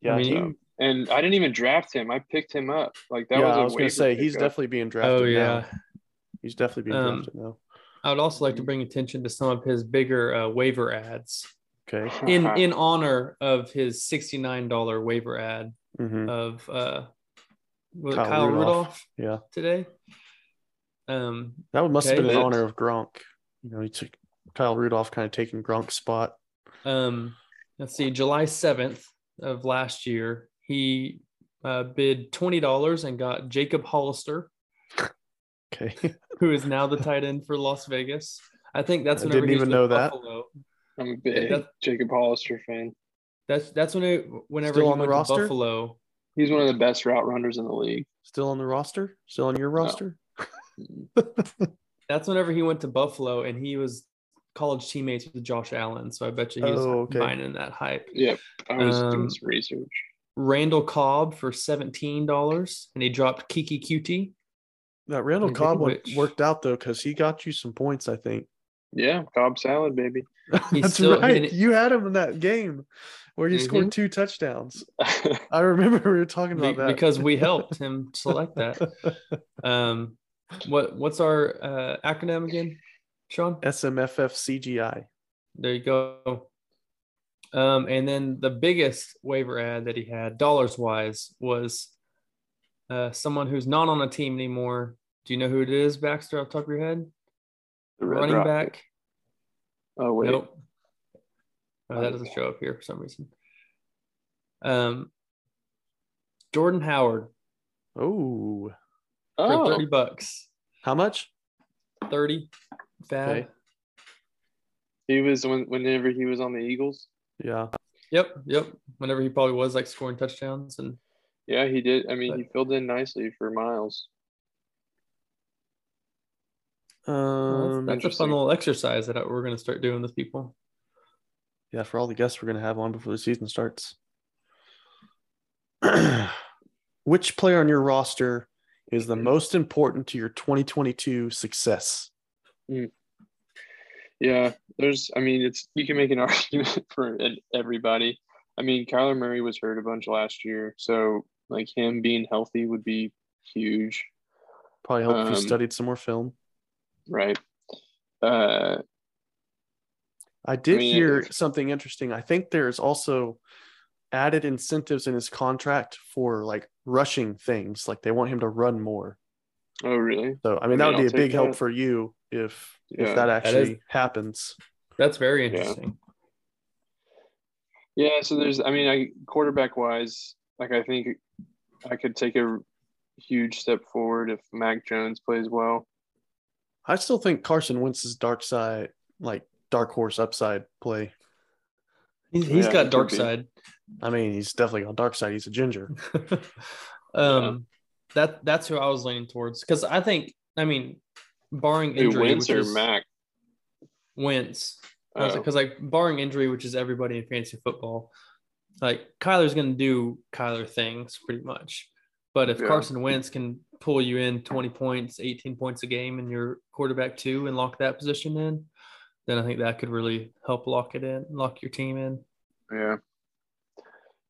Speaker 2: Yeah,
Speaker 3: I mean,
Speaker 2: so-
Speaker 3: you-
Speaker 4: And I didn't even draft him. I picked him up. Like that
Speaker 2: yeah.
Speaker 4: was a
Speaker 2: I was gonna
Speaker 4: waiver
Speaker 2: say he's
Speaker 4: pickup.
Speaker 2: definitely being drafted.
Speaker 3: oh
Speaker 2: now.
Speaker 3: yeah.
Speaker 2: he's definitely being
Speaker 3: Um,
Speaker 2: drafted now.
Speaker 3: I would also like to bring attention to some of his bigger uh, waiver ads
Speaker 2: Okay.
Speaker 4: Uh-huh.
Speaker 3: in in honor of his sixty nine dollar waiver ad
Speaker 2: hmm
Speaker 3: of uh, was it
Speaker 2: Kyle
Speaker 3: Kyle,
Speaker 2: Rudolph.
Speaker 3: Rudolph.
Speaker 2: Yeah.
Speaker 3: today. Um,
Speaker 2: That must have
Speaker 3: Okay.
Speaker 2: been in
Speaker 4: That's-
Speaker 2: honor of Gronk. You know, he took Kyle Rudolph kind of taking Gronk's spot.
Speaker 3: um, let's see, July seventh of last year, he uh, bid twenty dollars and got Jacob Hollister,
Speaker 2: Okay.
Speaker 3: who is now the tight end for Las Vegas. I think that's
Speaker 2: I
Speaker 3: whenever
Speaker 2: didn't
Speaker 3: he's
Speaker 2: even
Speaker 3: with
Speaker 2: know that.
Speaker 3: Buffalo.
Speaker 4: I'm a big
Speaker 3: That-
Speaker 4: Jacob Hollister fan.
Speaker 3: That's that's when it, whenever
Speaker 2: Still
Speaker 3: he
Speaker 2: on the
Speaker 3: went
Speaker 2: roster?
Speaker 3: to Buffalo.
Speaker 4: He's one of the best route runners in the league.
Speaker 2: Still on the roster? Still on your roster?
Speaker 3: That's whenever he went to Buffalo and he was college teammates with Josh Allen. So I bet you he was
Speaker 2: Oh, okay.
Speaker 3: buying in that hype.
Speaker 4: Yep. I was doing
Speaker 3: Um,
Speaker 4: some research.
Speaker 3: Randall Cobb for seventeen dollars, and he dropped Kiki Cutie.
Speaker 2: That Randall
Speaker 3: Okay,
Speaker 2: Cobb one
Speaker 3: which-
Speaker 2: worked out though because he got you some points, I think.
Speaker 4: Yeah, Cobb salad, baby.
Speaker 3: He's
Speaker 2: That's
Speaker 3: still-
Speaker 2: right.
Speaker 3: and-
Speaker 2: you had him in that game where you scored two touchdowns. I remember we were talking
Speaker 3: Be-
Speaker 2: about that.
Speaker 3: because we helped him select that. Um, what what's our uh, acronym again, Sean?
Speaker 2: SMFF CGI.
Speaker 3: There you go. Um, and then the biggest waiver ad that he had, dollars wise, was uh, someone who's not on a team anymore. Do you know who it is, Baxter? Off the top of your head,
Speaker 4: The Red
Speaker 3: running
Speaker 4: Rock-
Speaker 3: back.
Speaker 4: Oh wait.
Speaker 3: Nope. Oh, that doesn't show up here for some reason. Um, Jordan Howard
Speaker 2: Oh,
Speaker 3: for
Speaker 4: Oh,
Speaker 3: thirty bucks,
Speaker 2: how much?
Speaker 3: thirty fab.
Speaker 2: Okay.
Speaker 4: he was when, whenever he was on the Eagles.
Speaker 2: Yeah.
Speaker 3: Yep, yep. Whenever he probably was like scoring touchdowns and
Speaker 4: Yeah, he did. I mean, he filled in nicely for Miles.
Speaker 2: Um,
Speaker 3: that's, that's a
Speaker 4: interesting.
Speaker 3: fun little exercise that I- we're going to start doing with people.
Speaker 2: yeah, for all the guests we're going to have on before the season starts. Which player on your roster is
Speaker 3: Mm.
Speaker 2: the most important to your 2022 success?
Speaker 4: Yeah, there's. I mean, it's you can make an argument for e- everybody. I mean, Kyler Murray was hurt a bunch last year, so like him being healthy would be huge,
Speaker 2: Probably help if
Speaker 4: Um,
Speaker 2: you studied some more film.
Speaker 4: right? Uh,
Speaker 2: I did
Speaker 4: mean,
Speaker 2: hear
Speaker 4: it's-
Speaker 2: something interesting. I think there's also added incentives in his contract for like rushing things, like they want him to run more.
Speaker 4: oh, really?
Speaker 2: So I mean,
Speaker 4: mean,
Speaker 2: that would be
Speaker 4: I'll
Speaker 2: a big
Speaker 4: take
Speaker 2: help
Speaker 4: that.
Speaker 2: for you if
Speaker 4: Yeah.
Speaker 2: if that
Speaker 3: is-
Speaker 2: actually happens.
Speaker 3: That's very
Speaker 4: Yeah.
Speaker 3: interesting.
Speaker 4: Yeah, so there's, I mean, I quarterback wise, like I think I could take a huge step forward if Mac Jones plays well.
Speaker 2: I still think Carson Wentz's dark side, like dark horse upside play.
Speaker 3: He's, he's
Speaker 4: Yeah,
Speaker 3: got
Speaker 4: it
Speaker 3: dark
Speaker 4: could be.
Speaker 3: side.
Speaker 2: I mean, he's definitely on dark side. He's a ginger.
Speaker 3: um, that that's who I was leaning towards because I think I mean, barring
Speaker 4: Who
Speaker 3: injury,
Speaker 4: wins
Speaker 3: which
Speaker 4: or
Speaker 3: is
Speaker 4: Mac?
Speaker 3: Wentz,
Speaker 4: Oh,
Speaker 3: because like barring injury, which is everybody in fantasy football, like Kyler's going to do Kyler things pretty much. But if
Speaker 4: Yeah.
Speaker 3: Carson Wentz can pull you in 20 points, 18 points a game, and your quarterback two and lock that position in, then I think that could really help lock it in, lock your team in.
Speaker 4: yeah.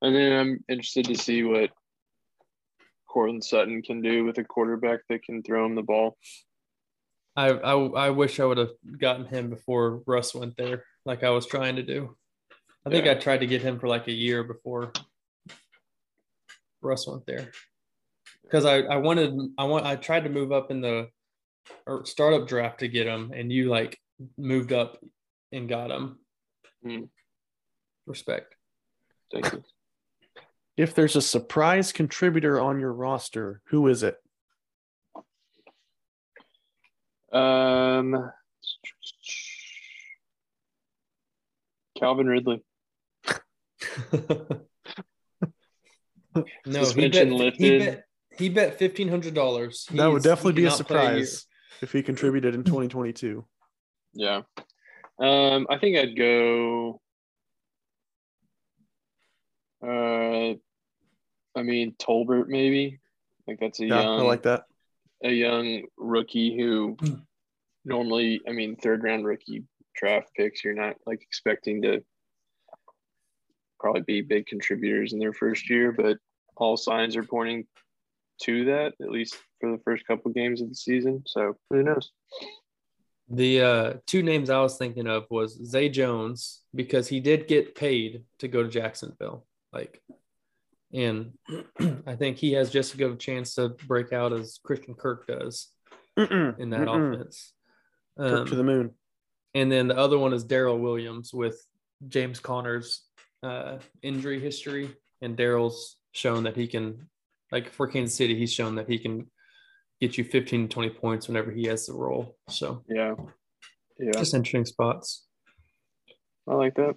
Speaker 4: And then I'm interested to see what Cortland Sutton can do with a quarterback that can throw him the ball.
Speaker 3: I I, I wish I would have gotten him before Russ went there, like I was trying to do. I think
Speaker 4: Yeah.
Speaker 3: I tried to get him for like a year before Russ went there, because I I wanted I want I tried to move up in the or startup draft to get him, and you like moved up and got him.
Speaker 4: Hmm.
Speaker 3: Respect.
Speaker 4: Thank you.
Speaker 2: If there's a surprise contributor on your roster, who is it?
Speaker 4: Um, Calvin Ridley.
Speaker 3: no,
Speaker 4: Suspension
Speaker 3: he bet, He
Speaker 4: lifted.
Speaker 3: bet, he bet fifteen hundred dollars.
Speaker 2: that would definitely be a surprise if he contributed in 2022.
Speaker 4: Yeah. Um, I think I'd go. Uh, I mean Tolbert maybe. Like that's a
Speaker 2: Yeah,
Speaker 4: young,
Speaker 2: I like that.
Speaker 4: a young rookie who normally, I mean, third round rookie draft picks, you're not like expecting to probably be big contributors in their first year, but all signs are pointing to that at least for the first couple games of the season. So who knows?
Speaker 3: The uh, two names I was thinking of was Zay Jones because he did get paid to go to Jacksonville, like, and I think he has just as good of a chance to break out as Christian Kirk does
Speaker 2: Mm-mm,
Speaker 3: in that
Speaker 2: mm-mm.
Speaker 3: offense.
Speaker 2: Kirk to the
Speaker 3: Um,
Speaker 2: moon.
Speaker 3: and then the other one is Daryl Williams with James Connor's uh, injury history, and Daryl's shown that he can, like for Kansas City, he's shown that he can get you 15 to 20 points whenever he has the role. So
Speaker 4: Yeah. Yeah.
Speaker 3: just interesting spots.
Speaker 4: I like that.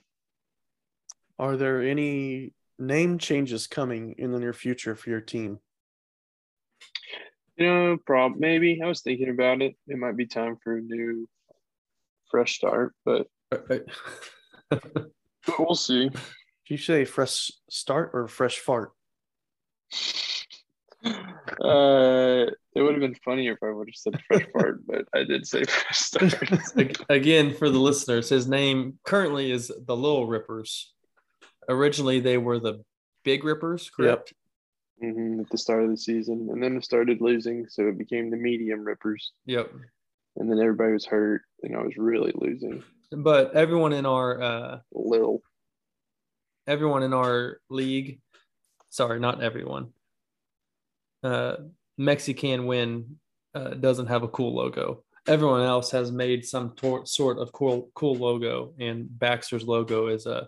Speaker 2: Are there any name changes coming in the near future for your team?
Speaker 4: You know, prob maybe I was thinking about it. It might be time for a new, fresh start, but but we'll see.
Speaker 2: Do you say fresh start or fresh fart?
Speaker 4: Uh, it would have been funnier if I would have said fresh part, but I did say fresh start.
Speaker 3: Ag- Again, for the listeners, his name currently is the Little Rippers. Originally, they were the Big Rippers, correct?
Speaker 4: hmm at the start of the season, and then it started losing, so it became the medium rippers,
Speaker 3: Yep.
Speaker 4: and then everybody was hurt, and I was really losing.
Speaker 3: But everyone in our uh,
Speaker 4: Lil,
Speaker 3: everyone in our league, sorry, not everyone. Uh, Mexican win uh, doesn't have a cool logo. Everyone else has made some tor- sort of cool cool logo, and Baxter's logo is a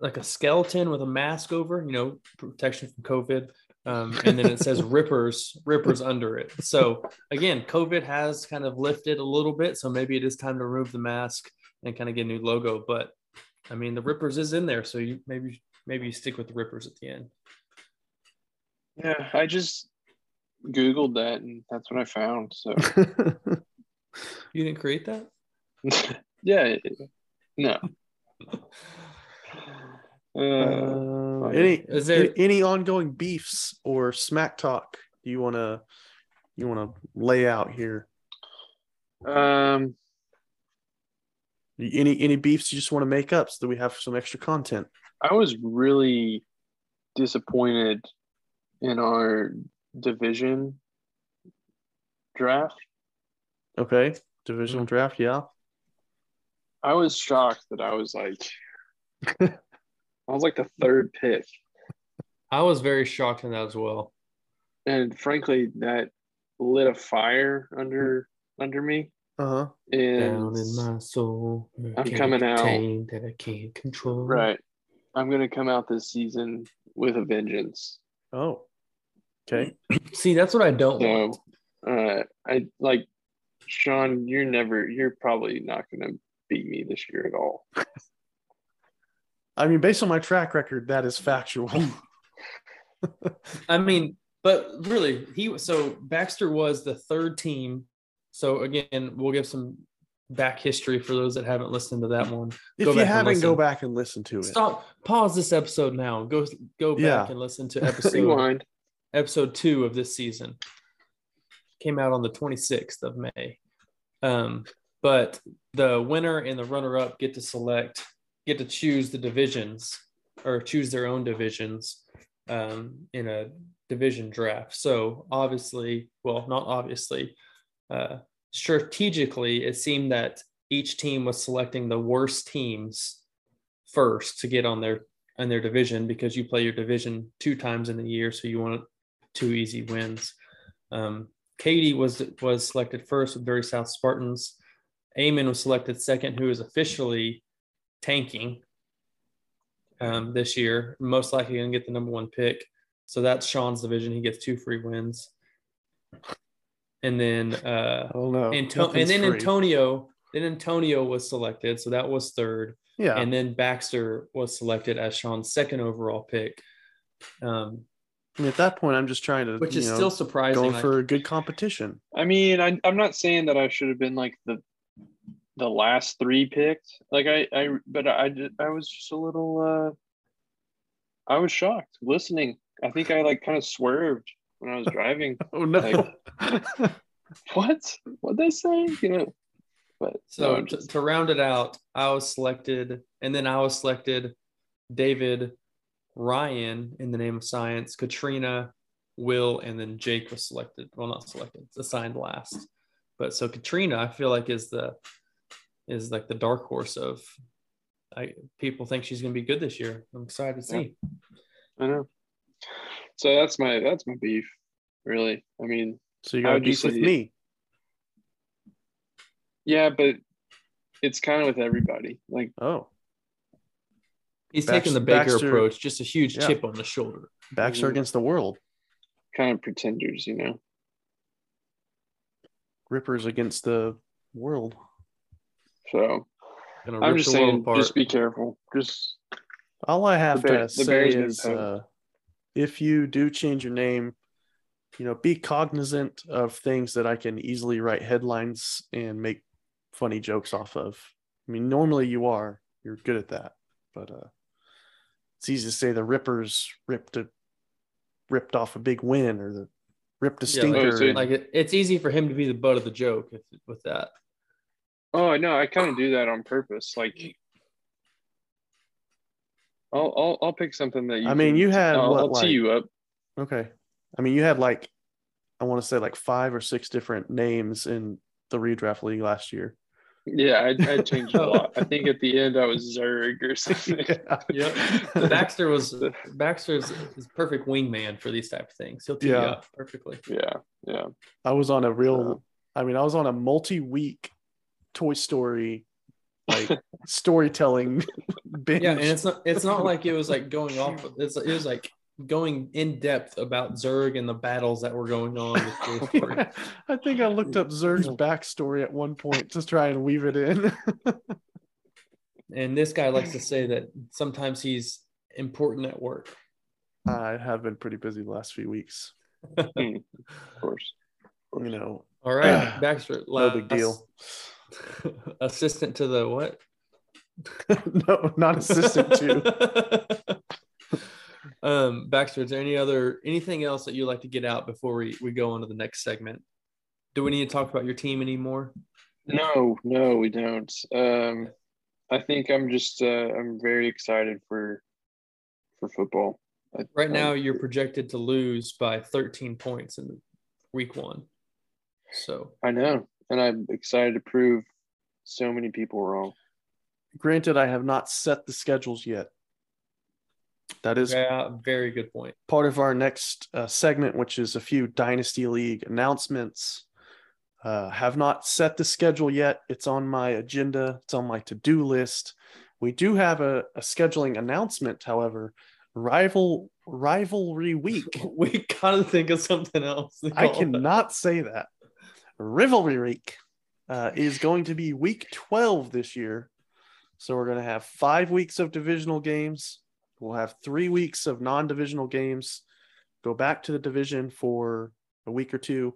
Speaker 3: like a skeleton with a mask over, you know, protection from COVID. Um, and then it says rippers, rippers under it. So again, COVID has kind of lifted a little bit. So maybe it is time to remove the mask and kind of get a new logo. But I mean, the rippers is in there. So you maybe, maybe you stick with the rippers at the end.
Speaker 4: yeah, I just googled that, and that's what I found. So.
Speaker 3: You didn't create that?
Speaker 4: yeah. it- No. Uh,
Speaker 2: Uh, any
Speaker 3: Is there-
Speaker 4: Uh,
Speaker 2: any ongoing beefs or smack talk do you want to you want to lay out here?
Speaker 4: Um,
Speaker 2: Any any beefs you just want to make up so that we have some extra content?
Speaker 4: I was really disappointed in our division draft.
Speaker 2: Okay, divisional
Speaker 3: Mm-hmm.
Speaker 2: draft. Yeah,
Speaker 4: I was shocked that I was like, I was like the third pick,
Speaker 3: I was very shocked in that as well.
Speaker 4: and frankly, that lit a fire under under me.
Speaker 2: uh huh.
Speaker 4: And
Speaker 3: soul,
Speaker 4: I'm coming out.
Speaker 3: contained That I can't control.
Speaker 4: right, I'm gonna come out this season with a vengeance.
Speaker 2: Oh,
Speaker 3: Mm-hmm.
Speaker 2: okay.
Speaker 3: See, that's what I don't
Speaker 4: So,
Speaker 3: want.
Speaker 4: uh, I like Sean. You're never. You're probably not gonna beat me this year at all.
Speaker 2: I mean, based on my track record, that is factual.
Speaker 3: I mean, but really, he was so Baxter was the third team. So again, we'll give some back history for those that haven't listened to that one.
Speaker 2: if
Speaker 3: Go
Speaker 2: you
Speaker 3: back and
Speaker 2: haven't, go
Speaker 3: listen.
Speaker 2: back and listen to it.
Speaker 3: Stop. Pause this episode now. Go go back
Speaker 2: Yeah.
Speaker 3: and listen to episode
Speaker 4: Rewind.
Speaker 3: episode two of this season. Came out on the 26th of May. Um, but the winner and the runner up get to select, get to choose the divisions or choose their own divisions um, in a division draft. So obviously, well, not obviously, uh, strategically, it seemed that each team was selecting the worst teams first to get on their on their division because you play your division two times in the year, so you want two easy wins. Um, Katie was was selected first with very South Spartans. Amon was selected second, who is officially tanking um, this year, most likely going to get the number one pick. So that's Sean's division. He gets two free wins. And then uh,
Speaker 2: I don't know.
Speaker 3: Anto- and
Speaker 2: Oh, Nothing's
Speaker 3: then
Speaker 2: free.
Speaker 3: Antonio, then Antonio was selected, so that was third,
Speaker 2: Yeah.
Speaker 3: and then Baxter was selected as Sean's second overall pick, um,
Speaker 2: I mean, at that point, I'm just trying to,
Speaker 3: which
Speaker 2: you
Speaker 3: is
Speaker 2: know,
Speaker 3: still surprising.
Speaker 2: going
Speaker 3: like-
Speaker 2: for a good competition.
Speaker 4: I mean, I, I'm not saying that I should have been like the the last three picked. Like I, I, but I, ju- I was just a little. uh I was shocked listening. I think I like kind of swerved when I was driving.
Speaker 2: Oh no.
Speaker 4: what? What they say? You know. But
Speaker 3: so
Speaker 4: no,
Speaker 3: to-
Speaker 4: just-
Speaker 3: to round it out, I was selected, and then I was selected. David, Ryan, in the name of science, Katrina, Will, and then Jake was selected. Well, not selected, assigned last. But so Katrina, I feel like is the is like the dark horse of. I people think she's going to be good this year. I'm excited to see.
Speaker 4: I know. So that's my that's my beef, really. I mean,
Speaker 2: so you
Speaker 4: I
Speaker 2: got to
Speaker 4: would
Speaker 2: beef
Speaker 4: just
Speaker 2: with
Speaker 4: say-
Speaker 2: me.
Speaker 4: yeah, but it's kind of with everybody. Like
Speaker 2: Oh,
Speaker 3: He's
Speaker 2: Baxter-
Speaker 3: taking the Baker
Speaker 2: Baxter-
Speaker 3: approach, just a huge
Speaker 2: yeah.
Speaker 3: chip on the shoulder.
Speaker 2: Baxter
Speaker 4: Mhm.
Speaker 2: against the world.
Speaker 4: kind of pretenders, you know.
Speaker 2: Rippers against the world.
Speaker 4: So
Speaker 3: Gonna
Speaker 4: I'm
Speaker 3: rip
Speaker 4: just
Speaker 3: the world
Speaker 4: saying,
Speaker 3: apart.
Speaker 4: just be careful. Just
Speaker 2: All I have
Speaker 4: Bear-
Speaker 2: to
Speaker 4: the
Speaker 2: say
Speaker 4: Bears need
Speaker 2: is,
Speaker 4: hope.
Speaker 2: uh, if you do change your name, you know, be cognizant of things that I can easily write headlines and make funny jokes off of. I mean, normally you are, you're good at that, but uh, it's easy to say the Rippers ripped a ripped off a big win or the ripped a
Speaker 3: Yeah, like-
Speaker 2: stinker.
Speaker 4: Oh, so
Speaker 2: and-
Speaker 3: like it, it's easy for him to be the butt of the joke if, with that.
Speaker 4: Oh no, I kind of do that on purpose. Like, I'll I'll, I'll pick something that you.
Speaker 2: I mean,
Speaker 4: can-
Speaker 2: you had
Speaker 4: I'll,
Speaker 2: what,
Speaker 4: I'll tee
Speaker 2: like-
Speaker 4: you up.
Speaker 2: Okay. I mean, you had like, I want to say like five or six different names in the redraft league last year.
Speaker 4: Yeah, I, I changed a lot. I think at the end I was Zerg or something.
Speaker 3: Yep. Baxter was Baxter's his perfect wingman for these type of things. He'll tee you
Speaker 2: Yeah.
Speaker 3: up perfectly.
Speaker 4: Yeah, yeah.
Speaker 2: I was on a real, I mean, I was on a multi week Toy Story like storytelling binge.
Speaker 3: Yeah, and it's not it's not like it was like going off. It's it was like going in depth about Zerg and the battles that were going on. With Toy Story.
Speaker 2: I think I looked up Zerg's backstory at one point to try and weave it in.
Speaker 3: and this guy likes to say that sometimes he's important at work.
Speaker 2: I have been pretty busy the last few weeks.
Speaker 4: Of course.
Speaker 2: You know,
Speaker 3: All right, Baxter.
Speaker 2: no big deal.
Speaker 3: Assistant to the what?
Speaker 2: no, not assistant to.
Speaker 3: Um, Baxter, is there any other anything else that you'd like to get out before we, we go on to the next segment? Do we need to talk about your team anymore?
Speaker 4: No, no, we don't. Um, I think I'm just uh, I'm very excited for for football. I,
Speaker 3: Right now,
Speaker 4: I'm-
Speaker 3: you're projected to lose by 13 points in week one. So
Speaker 4: I know, and I'm excited to prove so many people wrong.
Speaker 2: Granted, I have not set the schedules yet. That is
Speaker 3: yeah, very good point.
Speaker 2: part of our next uh, segment, which is a few Dynasty League announcements. Uh, have not set the schedule yet. It's on my agenda, it's on my to do list. We do have a, a scheduling announcement, however. Rival rivalry week.
Speaker 3: We gotta think of something else. to
Speaker 2: I
Speaker 3: call it.
Speaker 2: cannot say that. Rivalry week uh, is going to be week 12 this year. So we're going to have five weeks of divisional games. We'll have three weeks of non divisional games. Go back to the division for a week or two.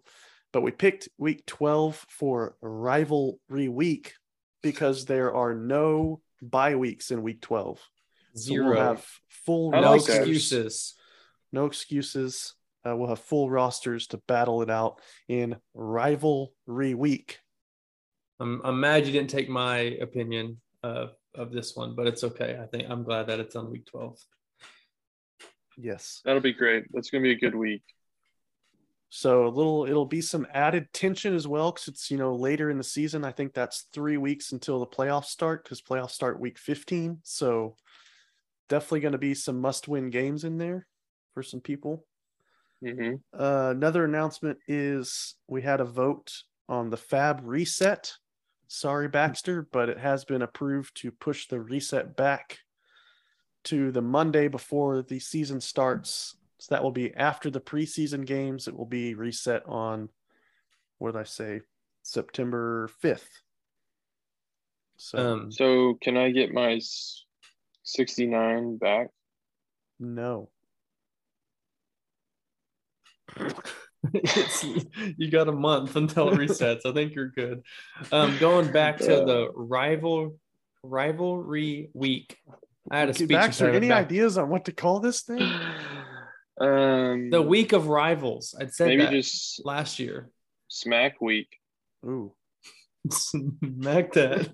Speaker 2: But we picked week 12 for rivalry week because there are no bye weeks in week 12. So
Speaker 3: zero.
Speaker 2: we'll have full
Speaker 4: I
Speaker 3: no
Speaker 4: like that.
Speaker 2: rosters
Speaker 3: excuses.
Speaker 2: no excuses. Uh, we'll have full rosters to battle it out in rivalry week.
Speaker 3: I'm, I'm mad you didn't take my opinion of of this one, but it's okay. I think I'm glad that it's on week 12.
Speaker 2: Yes.
Speaker 4: That'll be great. That's gonna be a good week.
Speaker 2: So a little, it'll be some added tension as well because it's you know later in the season. I think that's three weeks until the playoffs start because playoffs start week 15. So definitely going to be some must-win games in there for some people.
Speaker 4: hmm
Speaker 2: Uh, another announcement is we had a vote on the fab reset. Sorry, Baxter, but it has been approved to push the reset back to the Monday before the season starts. So that will be after the preseason games. It will be reset on, what did I say, September 5th. So,
Speaker 3: Um,
Speaker 4: So can I get my s- 69 back?
Speaker 2: no.
Speaker 3: it's, you got a month until it resets. I think you're good. Um, going back to the rival rivalry week, I had a speech
Speaker 2: Baxter,
Speaker 3: impediment
Speaker 2: any
Speaker 3: back-
Speaker 2: ideas on what to call this thing?
Speaker 4: Um,
Speaker 3: The week of rivals. I'd said
Speaker 4: maybe
Speaker 3: that
Speaker 4: just
Speaker 3: last year.
Speaker 4: smack week.
Speaker 2: Ooh.
Speaker 3: Smack that.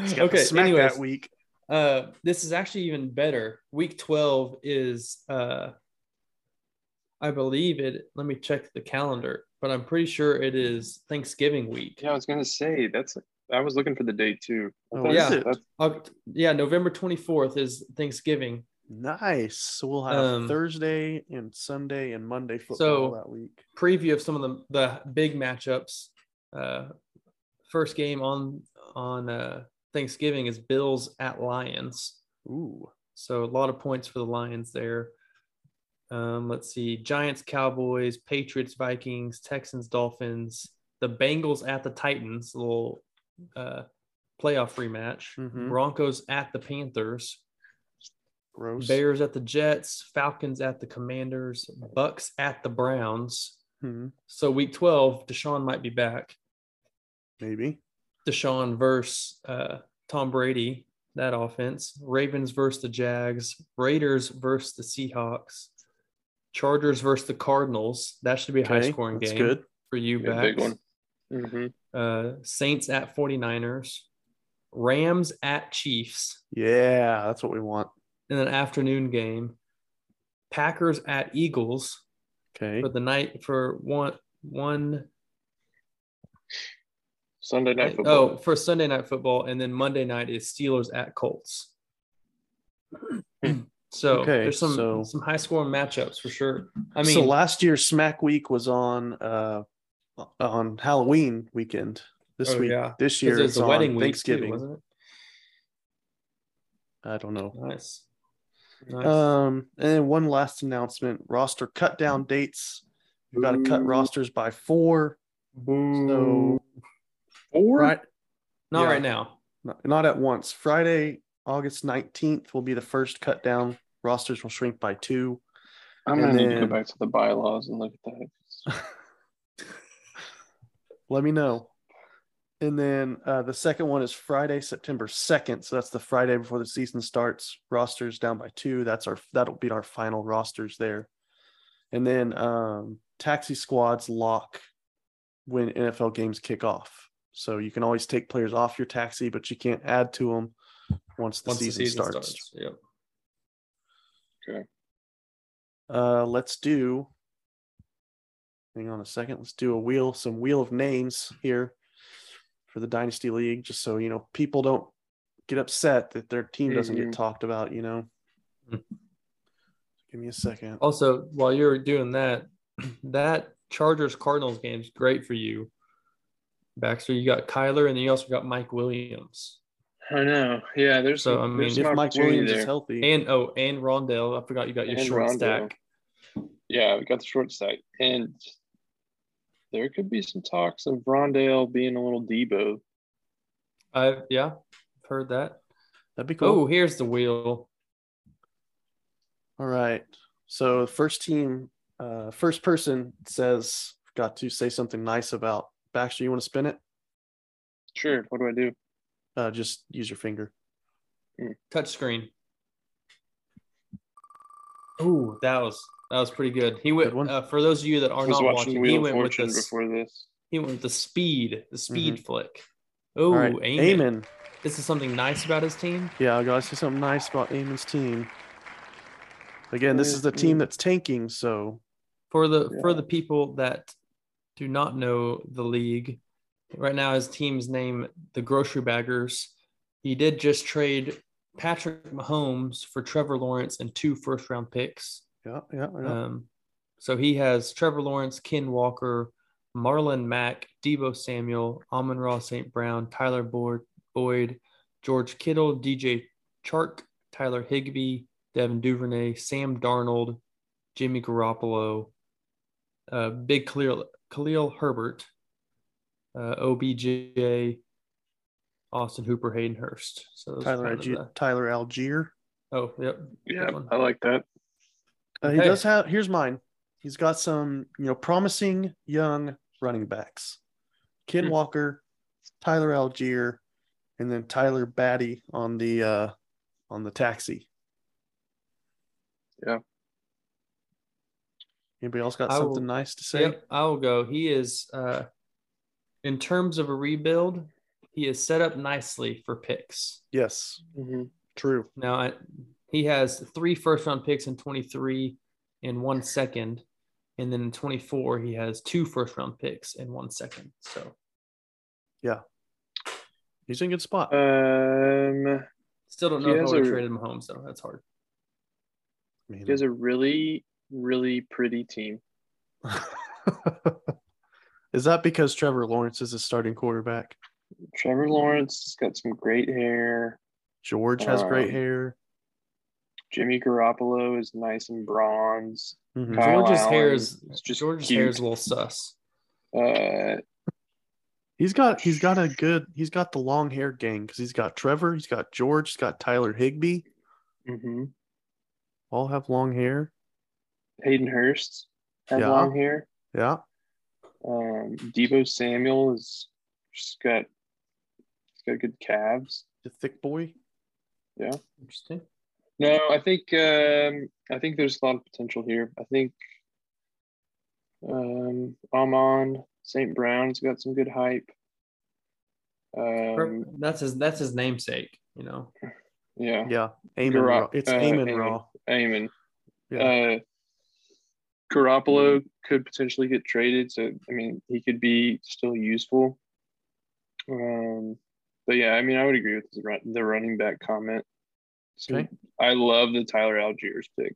Speaker 2: it's got the
Speaker 3: okay.
Speaker 2: Smack
Speaker 3: anyways,
Speaker 2: that week.
Speaker 3: uh, this is actually even better. Week 12 is, uh, I believe it, let me check the calendar, but I'm pretty sure it is Thanksgiving week.
Speaker 4: Yeah, I was gonna say that's. I was looking for the date too. I
Speaker 2: Oh,
Speaker 4: thought
Speaker 3: is
Speaker 4: it-
Speaker 2: it?
Speaker 4: that's-
Speaker 3: Oct- yeah, November 24th is Thanksgiving.
Speaker 2: Nice. So we'll have
Speaker 3: Um,
Speaker 2: Thursday and Sunday and Monday football
Speaker 3: So-
Speaker 2: that week.
Speaker 3: Preview of some of the, the big matchups. Uh, first game on on uh, Thanksgiving is Bills at Lions.
Speaker 2: Ooh,
Speaker 3: So a lot of points for the Lions there. Um, let's see: Giants, Cowboys, Patriots, Vikings, Texans, Dolphins, the Bengals at the Titans, a little uh, playoff rematch.
Speaker 2: Mhm.
Speaker 3: Broncos at the Panthers,
Speaker 2: gross.
Speaker 3: Bears at the Jets, Falcons at the Commanders, Bucks at the Browns.
Speaker 2: Hmm,
Speaker 3: So week twelve, Deshaun might be back.
Speaker 2: maybe.
Speaker 3: Deshaun versus uh, Tom Brady, that offense. Ravens versus the Jags. Raiders versus the Seahawks. Chargers versus the Cardinals. That should be a high
Speaker 2: Okay,
Speaker 3: scoring
Speaker 2: that's
Speaker 3: game
Speaker 2: good.
Speaker 3: for you
Speaker 4: Yeah,
Speaker 3: back.
Speaker 4: big one. Mhm.
Speaker 3: Uh, Saints at 49ers. Rams at Chiefs.
Speaker 2: Yeah, that's what we want.
Speaker 3: And an afternoon game. Packers at Eagles
Speaker 2: Okay.
Speaker 3: for the night for one one
Speaker 4: Sunday night football.
Speaker 3: oh for Sunday night football, and then Monday night is Steelers at Colts. So
Speaker 2: Okay,
Speaker 3: there's some
Speaker 2: so-
Speaker 3: some high scoring matchups for sure. I mean,
Speaker 2: so last year's Smack Week was on uh on Halloween weekend. This
Speaker 3: Oh,
Speaker 2: week,
Speaker 3: yeah.
Speaker 2: this
Speaker 3: 'cause
Speaker 2: year
Speaker 3: there's
Speaker 2: it's
Speaker 3: the
Speaker 2: on
Speaker 3: wedding week too,
Speaker 2: Thanksgiving.
Speaker 3: wasn't it?
Speaker 2: I don't know.
Speaker 3: Nice. Nice.
Speaker 2: Um, and then one last announcement: roster cut down dates. We've got to cut
Speaker 4: Boo.
Speaker 2: rosters by four. So
Speaker 4: Four.
Speaker 2: right,
Speaker 3: Not
Speaker 2: yeah.
Speaker 3: right now.
Speaker 2: not, not at once. Friday, August 19th will be the first cut down. Rosters will shrink by two.
Speaker 4: I'm
Speaker 2: and
Speaker 4: gonna need to go
Speaker 2: then-
Speaker 4: back to the bylaws and look at that.
Speaker 2: Let me know. And then uh, the second one is Friday, September 2nd. So that's the Friday before the season starts. Rosters down by two. That's our that'll be our final rosters there. And then um, taxi squads lock when NFL games kick off. So you can always take players off your taxi, but you can't add to them once the,
Speaker 3: Once
Speaker 2: season, starts.
Speaker 3: Yep.
Speaker 2: Uh, let's do. Hang on a second. Let's do a wheel, some wheel of names here for the Dynasty League, just so you know people don't get upset that their team doesn't
Speaker 4: Mhm.
Speaker 2: get talked about. You know.
Speaker 3: Mhm.
Speaker 2: Give me a second.
Speaker 3: Also, while you're doing that, that Chargers Cardinals game's great for you, Baxter. You got Kyler, and then you also got Mike Williams,
Speaker 4: I know. Yeah, there's
Speaker 3: So,
Speaker 4: a-
Speaker 3: I mean,
Speaker 4: there's an
Speaker 2: if Mike
Speaker 4: opportunity
Speaker 2: Williams
Speaker 4: there.
Speaker 2: is healthy,
Speaker 3: and oh, and Rondell. I forgot you got your
Speaker 4: And
Speaker 3: short
Speaker 4: Rondale.
Speaker 3: stack.
Speaker 4: Yeah, we got the short stack. And there could be some talks of Rondale being a little Debo.
Speaker 3: I yeah, I've heard that.
Speaker 2: that'd be
Speaker 3: Oh,
Speaker 2: cool.
Speaker 3: here's the wheel.
Speaker 2: All right. So first team, uh, first person says got to say something nice about Baxter. You want to spin it?
Speaker 4: Sure. What do I do?
Speaker 2: Uh, just use your finger.
Speaker 3: touch screen. Ooh, that was that was pretty good. He went
Speaker 2: Good one.
Speaker 3: uh, for those of you that are
Speaker 4: I was
Speaker 3: not
Speaker 4: watching
Speaker 3: watching.
Speaker 4: Wheel
Speaker 3: He
Speaker 4: of
Speaker 3: went with
Speaker 4: Fortune
Speaker 3: the s-
Speaker 4: before this.
Speaker 3: he went with the speed, the speed flick. Ooh,
Speaker 2: Mm-hmm. All right,
Speaker 3: Amen.
Speaker 2: Amen.
Speaker 3: This is something nice about his team.
Speaker 2: Yeah, I gotta say something nice about Amon's team. Again, this is the team that's tanking, so
Speaker 3: For the for
Speaker 4: Yeah.
Speaker 3: the people that do not know the league, right now his team's name the Grocery Baggers. He did just trade Patrick Mahomes for Trevor Lawrence and two first round picks.
Speaker 2: yeah, yeah, yeah.
Speaker 3: Um, so he has Trevor Lawrence, Ken Walker, Marlon Mack, Debo Samuel, Amon Ross St. Brown, Tyler Boyd, Boyd, George Kittle, DJ Chark, Tyler Higbee, Devin Duvernay, Sam Darnold, Jimmy Garoppolo, uh, Big Khalil, Khalil Herbert, uh, OBJ, Austin Hooper, Hayden Hurst. So those are
Speaker 2: Tyler
Speaker 3: kind of
Speaker 2: Algier, Tyler Algier.
Speaker 3: the- oh, yep.
Speaker 4: Yeah,
Speaker 3: one.
Speaker 4: I like that.
Speaker 2: Uh, he
Speaker 3: Okay.
Speaker 2: does have. Here's mine. He's got some, you know, promising young running backs: Ken
Speaker 3: Hmm.
Speaker 2: Walker, Tyler Algier, and then Tyler Batty on the uh on the taxi.
Speaker 4: Yeah.
Speaker 2: Anybody else got
Speaker 3: I
Speaker 2: something
Speaker 3: will-
Speaker 2: nice to say?
Speaker 3: Yep, I'll go. He is, uh, in terms of a rebuild, he is set up nicely for picks.
Speaker 2: Yes,
Speaker 4: Mhm.
Speaker 2: true.
Speaker 3: Now, I, he has three first round picks in 23 and one second. And then in 24, he has two first round picks and one second. So
Speaker 2: He's in a good spot.
Speaker 3: Uh,
Speaker 4: Um,
Speaker 3: still don't
Speaker 4: He
Speaker 3: know if I
Speaker 4: has
Speaker 3: would have
Speaker 4: a-
Speaker 3: traded Mahomes, though. That's hard.
Speaker 2: I mean,
Speaker 4: he has a really, really pretty team.
Speaker 2: is that because Trevor Lawrence is a starting quarterback?
Speaker 4: Trevor Lawrence has got some great hair.
Speaker 2: George has great
Speaker 4: Um,
Speaker 2: hair.
Speaker 4: Jimmy Garoppolo is nice and bronze.
Speaker 2: Mhm.
Speaker 4: Kyle
Speaker 3: George's hair
Speaker 4: Allen
Speaker 3: is
Speaker 4: is Oh, just
Speaker 3: George's
Speaker 4: cute.
Speaker 3: hair is a little sus.
Speaker 4: Uh,
Speaker 2: He's got he's got a good he's got the long hair gang because he's got Trevor, he's got George, he's got Tyler Higbee.
Speaker 4: mhm.
Speaker 2: All have long hair.
Speaker 4: Hayden Hurst had
Speaker 2: Yeah.
Speaker 4: long hair.
Speaker 2: Yeah.
Speaker 4: Um, Debo Samuel has just got, he's got good calves.
Speaker 2: The thick boy.
Speaker 3: Interesting.
Speaker 4: No, I think um, I think there's a lot of potential here. I think um, Amon St. Brown's got some good hype. Um,
Speaker 3: that's his that's his namesake, you know.
Speaker 4: yeah,
Speaker 2: Yeah. Amon
Speaker 4: Garopp-
Speaker 2: Ra. It's
Speaker 4: uh,
Speaker 2: Amon
Speaker 4: Amon.
Speaker 2: Raw.
Speaker 4: Amen.
Speaker 2: Yeah.
Speaker 4: Uh, Garoppolo could potentially get traded, so I mean he could be still useful. Um, but yeah, I mean I would agree with the run- the running back comment. So
Speaker 2: Okay.
Speaker 4: I love the Tyler Algiers pick.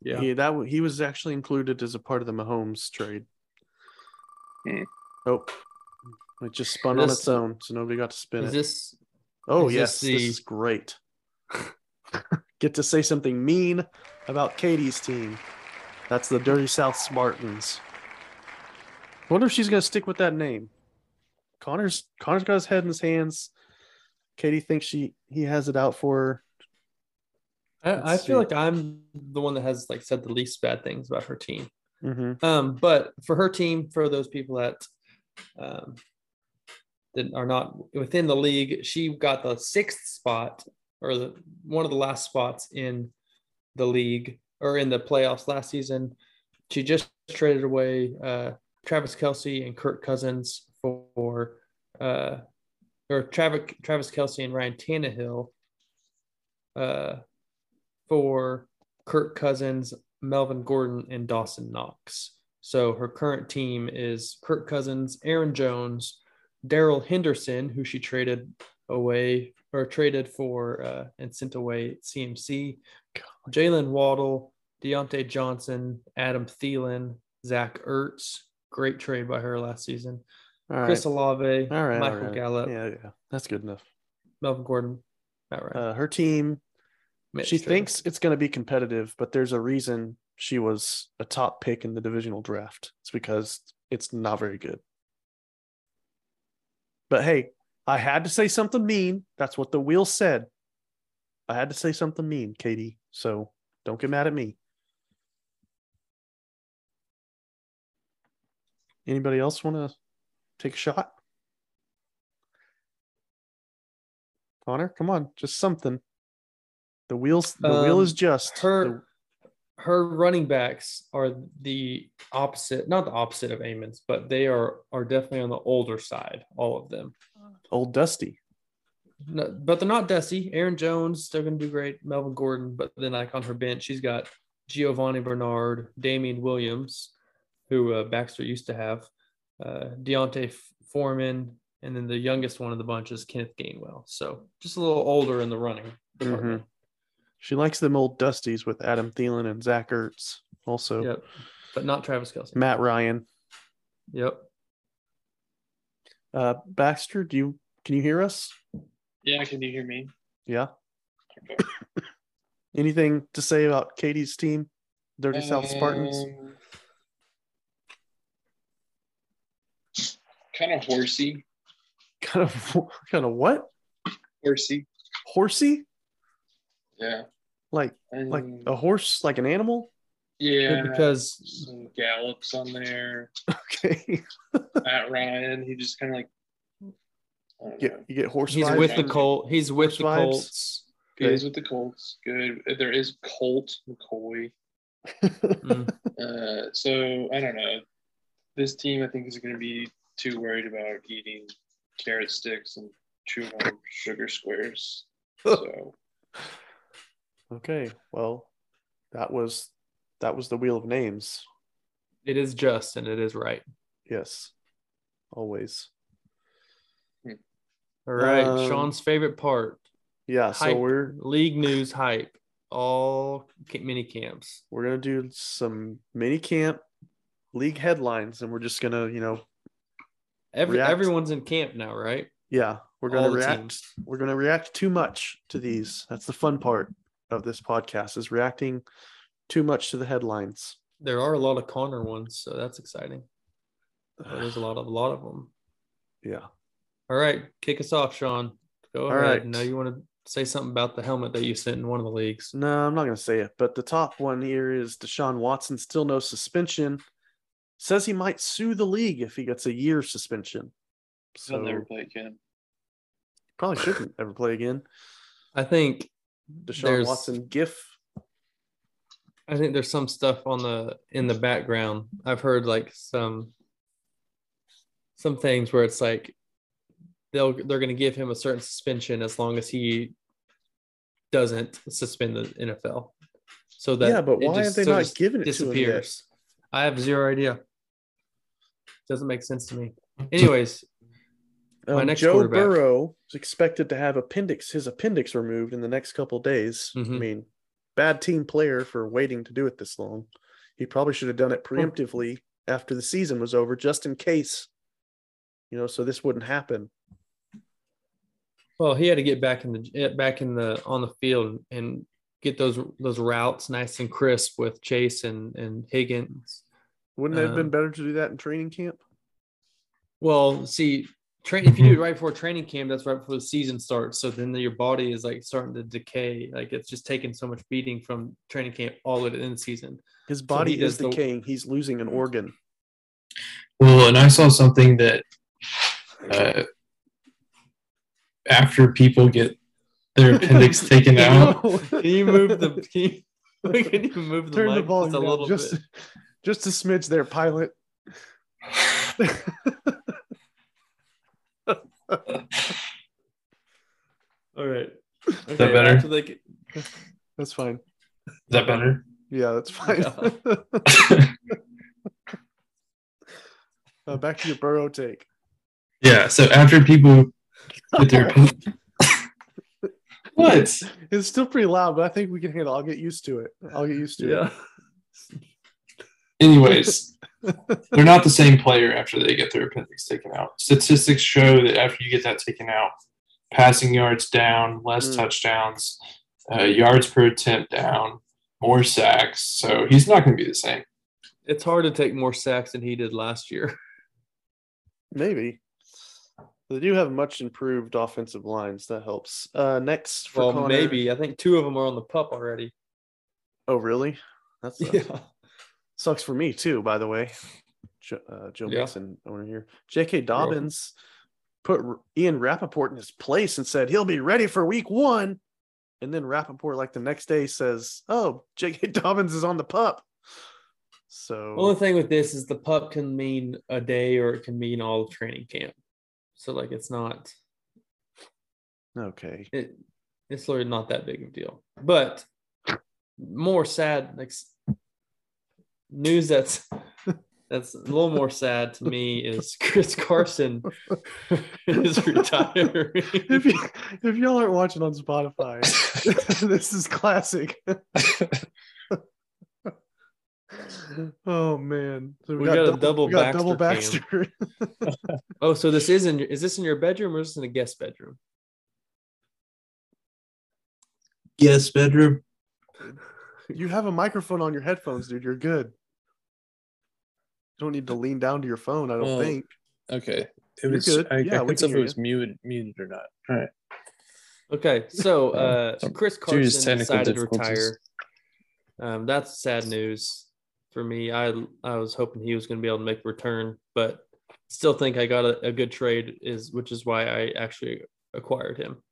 Speaker 3: Yeah.
Speaker 2: He that wa- he was actually included as a part of the Mahomes trade.
Speaker 4: Hmm.
Speaker 2: Oh. It just spun on
Speaker 3: This-
Speaker 2: its own, so nobody got to spin
Speaker 3: Is
Speaker 2: it.
Speaker 3: this
Speaker 2: Oh
Speaker 3: Is this
Speaker 2: yes, this
Speaker 3: the-
Speaker 2: is great. Get to say something mean about Katie's team. That's the Dirty South Spartans. Wonder if she's gonna stick with that name. Connor's Connor's got his head in his hands. Katie thinks she he has it out for her.
Speaker 3: I, I
Speaker 2: Let's
Speaker 3: feel
Speaker 2: see.
Speaker 3: like I'm the one that has like said the least bad things about her team.
Speaker 2: Mm-hmm.
Speaker 3: Um, but for her team, for those people that um, that are not within the league. She got the sixth spot or the one of the last spots in the league or in the playoffs last season. She just traded away uh, Travis Kelsey and Kirk Cousins for uh, or Travis Travis Kelsey and Ryan Tannehill uh, for Kirk Cousins, Melvin Gordon, and Dawson Knox. So her current team is Kirk Cousins, Aaron Jones, Daryl Henderson, who she traded away or traded for uh, and sent away CMC, Jalen Waddle, Deontay Johnson, Adam Thielen, Zach Ertz. Great trade by her last season.
Speaker 2: All right.
Speaker 3: Chris Olave,
Speaker 2: all right. all
Speaker 3: Michael
Speaker 2: right.
Speaker 3: Gallup,
Speaker 2: Yeah, yeah. That's good enough.
Speaker 3: Melvin Gordon, Matt Ryan.
Speaker 2: Uh, her team,
Speaker 3: Mitch
Speaker 2: she
Speaker 3: Trubisky.
Speaker 2: thinks it's going to be competitive, but there's a reason she was a top pick in the divisional draft. It's because it's not very good. But hey, I had to say something mean. That's what the wheel said. I had to say something mean, Katie. So don't get mad at me. Anybody else want to take a shot? Connor, come on, just something. The wheels, the wheel
Speaker 3: Um,
Speaker 2: is just the-
Speaker 3: her her running backs are the opposite, not the opposite of Amons, but they are are definitely on the older side, all of them.
Speaker 2: old Dusty.
Speaker 3: No, but they're not dusty. Aaron Jones, they're going to do great. Melvin Gordon, but then like on her bench, she's got Giovanni Bernard, Damian Williams, who uh, Baxter used to have, uh, Deontay Foreman, and then the youngest one of the bunch is Kenneth Gainwell. So just a little older in the running.
Speaker 4: Mm-hmm.
Speaker 2: Mm-hmm.
Speaker 3: department.
Speaker 2: She likes them old Dusties with Adam Thielen and Zach Ertz. Also,
Speaker 3: Yep. But not Travis Kelsey.
Speaker 2: Matt Ryan.
Speaker 3: Yep.
Speaker 2: Uh, Baxter, do you can you hear us?
Speaker 4: Yeah, can you hear me?
Speaker 2: Yeah.
Speaker 4: Okay.
Speaker 2: Anything to say about Katie's team, Dirty South
Speaker 3: Um,
Speaker 2: Spartans?
Speaker 4: Kind of horsey.
Speaker 2: Kind of, kind of what?
Speaker 4: Horsey.
Speaker 2: Horsey?
Speaker 4: Yeah.
Speaker 2: Like,
Speaker 4: And
Speaker 2: like a horse? Like an animal?
Speaker 4: yeah.
Speaker 3: Because
Speaker 4: Some gallops on there.
Speaker 2: Okay.
Speaker 4: Matt Ryan, he just kind of like. I don't
Speaker 2: Get,
Speaker 4: know.
Speaker 2: you get horse.
Speaker 3: he's
Speaker 2: vibes?
Speaker 3: with the Colt. He's with
Speaker 2: Horse
Speaker 3: the
Speaker 2: vibes?
Speaker 3: Colts.
Speaker 2: Okay.
Speaker 4: He's with the Colts. Good. There is Colt McCoy.
Speaker 3: Mm.
Speaker 4: Uh, so I don't know. This team, I think, is going to be too worried about eating carrot sticks and chewing on sugar squares. So
Speaker 2: Okay. Well, that was that was the wheel of names.
Speaker 3: It is just and it is right.
Speaker 2: Yes. Always.
Speaker 3: All right.
Speaker 2: Um,
Speaker 3: Sean's favorite part.
Speaker 2: Yeah. So
Speaker 3: Hype.
Speaker 2: we're
Speaker 3: league news hype all ca- mini camps
Speaker 2: we're gonna do some mini camp league headlines, and we're just gonna you know
Speaker 3: Every,
Speaker 2: React.
Speaker 3: everyone's in camp now right
Speaker 2: yeah we're gonna
Speaker 3: All the
Speaker 2: react
Speaker 3: teams.
Speaker 2: we're gonna react too much to these. That's the fun part of this podcast is reacting too much to the headlines.
Speaker 3: there are a lot of connor ones so that's exciting Uh, there's a lot of a lot of them
Speaker 2: Yeah.
Speaker 3: all right kick us off sean go
Speaker 2: All
Speaker 3: ahead
Speaker 2: right.
Speaker 3: now you want to say something about the helmet that you sent in one of the leagues
Speaker 2: No, I'm not gonna say it, but the top one here is Deshaun Watson still no suspension. Says he might sue the league if he gets a year suspension.
Speaker 4: he'll never
Speaker 2: So
Speaker 4: play again.
Speaker 2: probably shouldn't ever play again.
Speaker 3: i think
Speaker 2: Deshaun
Speaker 3: There's-
Speaker 2: Watson gif
Speaker 3: i think there's some stuff on the in the background i've heard like some some things where it's like they'll they're going to give him a certain suspension as long as he doesn't suspend the NFL. So that
Speaker 2: yeah, but
Speaker 3: it
Speaker 2: why have
Speaker 3: just
Speaker 2: they
Speaker 3: sort
Speaker 2: not
Speaker 3: of
Speaker 2: giving it to him yet?
Speaker 3: disappears? I have zero idea. Doesn't make sense to me. Anyways, My
Speaker 2: Um,
Speaker 3: next
Speaker 2: Joe
Speaker 3: quarterback.
Speaker 2: Burrow is expected to have appendix his appendix removed in the next couple days. I
Speaker 3: Mhm.
Speaker 2: mean, bad team player for waiting to do it this long. He probably should have done it preemptively after the season was over, just in case, you know, so this wouldn't happen.
Speaker 3: well, he had to get back in the get back in the on the field and get those those routes nice and crisp with Chase and and Higgins.
Speaker 2: Wouldn't it have been
Speaker 3: Um,
Speaker 2: better to do that in training camp?
Speaker 3: Well, see, train if you do
Speaker 2: Mm-hmm.
Speaker 3: it right before training camp, that's right before the season starts. So then your body is like starting to decay. Like it's just taking so much beating from training camp all the way to the end of the season.
Speaker 2: His body
Speaker 3: he
Speaker 2: is
Speaker 3: does the-
Speaker 2: decaying. He's losing an organ.
Speaker 5: Well, and I saw something that uh, after people get their appendix taken out.
Speaker 3: Can you move the? Can you, can you move the
Speaker 2: Turn the
Speaker 3: mic
Speaker 2: volume
Speaker 3: just a little
Speaker 2: down just,
Speaker 3: bit?
Speaker 2: just a smidge there, pilot.
Speaker 3: All right. Okay,
Speaker 5: that better?
Speaker 3: After they get,
Speaker 2: That's fine.
Speaker 5: Is that better?
Speaker 2: Yeah, that's fine. uh, back to your burrow take.
Speaker 5: yeah. So after people get their appendix. what?
Speaker 2: It's still pretty loud, but I think we can handle. it. I'll get used to it. I'll get used to it.
Speaker 3: yeah.
Speaker 5: Anyways, they're not the same player after they get their appendix taken out. Statistics show that after you get that taken out, passing yards down, less
Speaker 2: Mm.
Speaker 5: touchdowns, uh, yards per attempt down, more sacks. So he's not going to be the same.
Speaker 3: It's hard to take more sacks than he did last year.
Speaker 2: Maybe they do have much improved offensive lines. That helps. Uh, next for
Speaker 3: well,
Speaker 2: Connor-
Speaker 3: maybe I think two of them are on the pup already.
Speaker 2: Oh, really? That's
Speaker 3: Yeah.
Speaker 2: Sucks for me too, by the way. Jo- uh, Joe
Speaker 3: Yeah.
Speaker 2: Mixon owner here. J.K.
Speaker 3: welcome.
Speaker 2: Dobbins put R- Ian Rappaport in his place and said he'll be ready for Week One, and then Rappaport like the next day says, "Oh, J.K. Dobbins is on the pup." So
Speaker 3: Only thing with this is the pup can mean a day or it can mean all of training camp. So like it's not
Speaker 2: okay,
Speaker 3: it it's literally not that big of a deal. But more sad like s- news that's that's a little more sad to me is Chris Carson is retiring.
Speaker 2: if, you, if y'all aren't watching on Spotify, this is classic. oh man, So
Speaker 3: We got a double
Speaker 2: we got double
Speaker 3: Baxter
Speaker 2: Baxter.
Speaker 3: Oh, so this is in your- is this in your bedroom or is this in a guest bedroom?
Speaker 5: Yes, bedroom.
Speaker 2: you have a microphone on your headphones, dude. You're good. You don't need to lean down to your phone. I don't
Speaker 5: Well,
Speaker 2: think.
Speaker 5: Okay. It
Speaker 2: You're
Speaker 5: was,
Speaker 2: good.
Speaker 5: I,
Speaker 2: Yeah,
Speaker 5: I
Speaker 2: we
Speaker 5: couldn't
Speaker 2: can
Speaker 5: tell if
Speaker 2: hear
Speaker 5: it was muted, muted or not. All right.
Speaker 3: Okay, so uh,
Speaker 5: Um,
Speaker 3: Chris Carson
Speaker 5: serious technical
Speaker 3: decided to
Speaker 5: difficulties.
Speaker 3: retire. Um, that's sad news for me. I I was hoping he was going to be able to make a return, but still think I got a, a good trade is which is why I actually acquired him.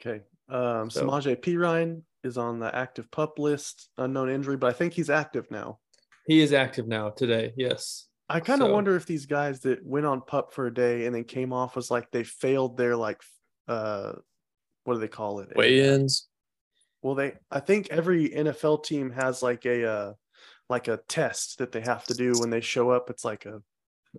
Speaker 2: Okay. Um,
Speaker 3: So-
Speaker 2: Samaje P. Ryan is on the active pup list, unknown injury, but I think he's active now.
Speaker 3: He is active now today. Yes,
Speaker 2: I kind of
Speaker 3: So-
Speaker 2: wonder if these guys that went on pup for a day and then came off was like they failed their like uh what do they call it? A-
Speaker 5: Weigh ins.
Speaker 2: Well, they I think every NFL team has like a uh like a test that they have to do when they show up. It's like a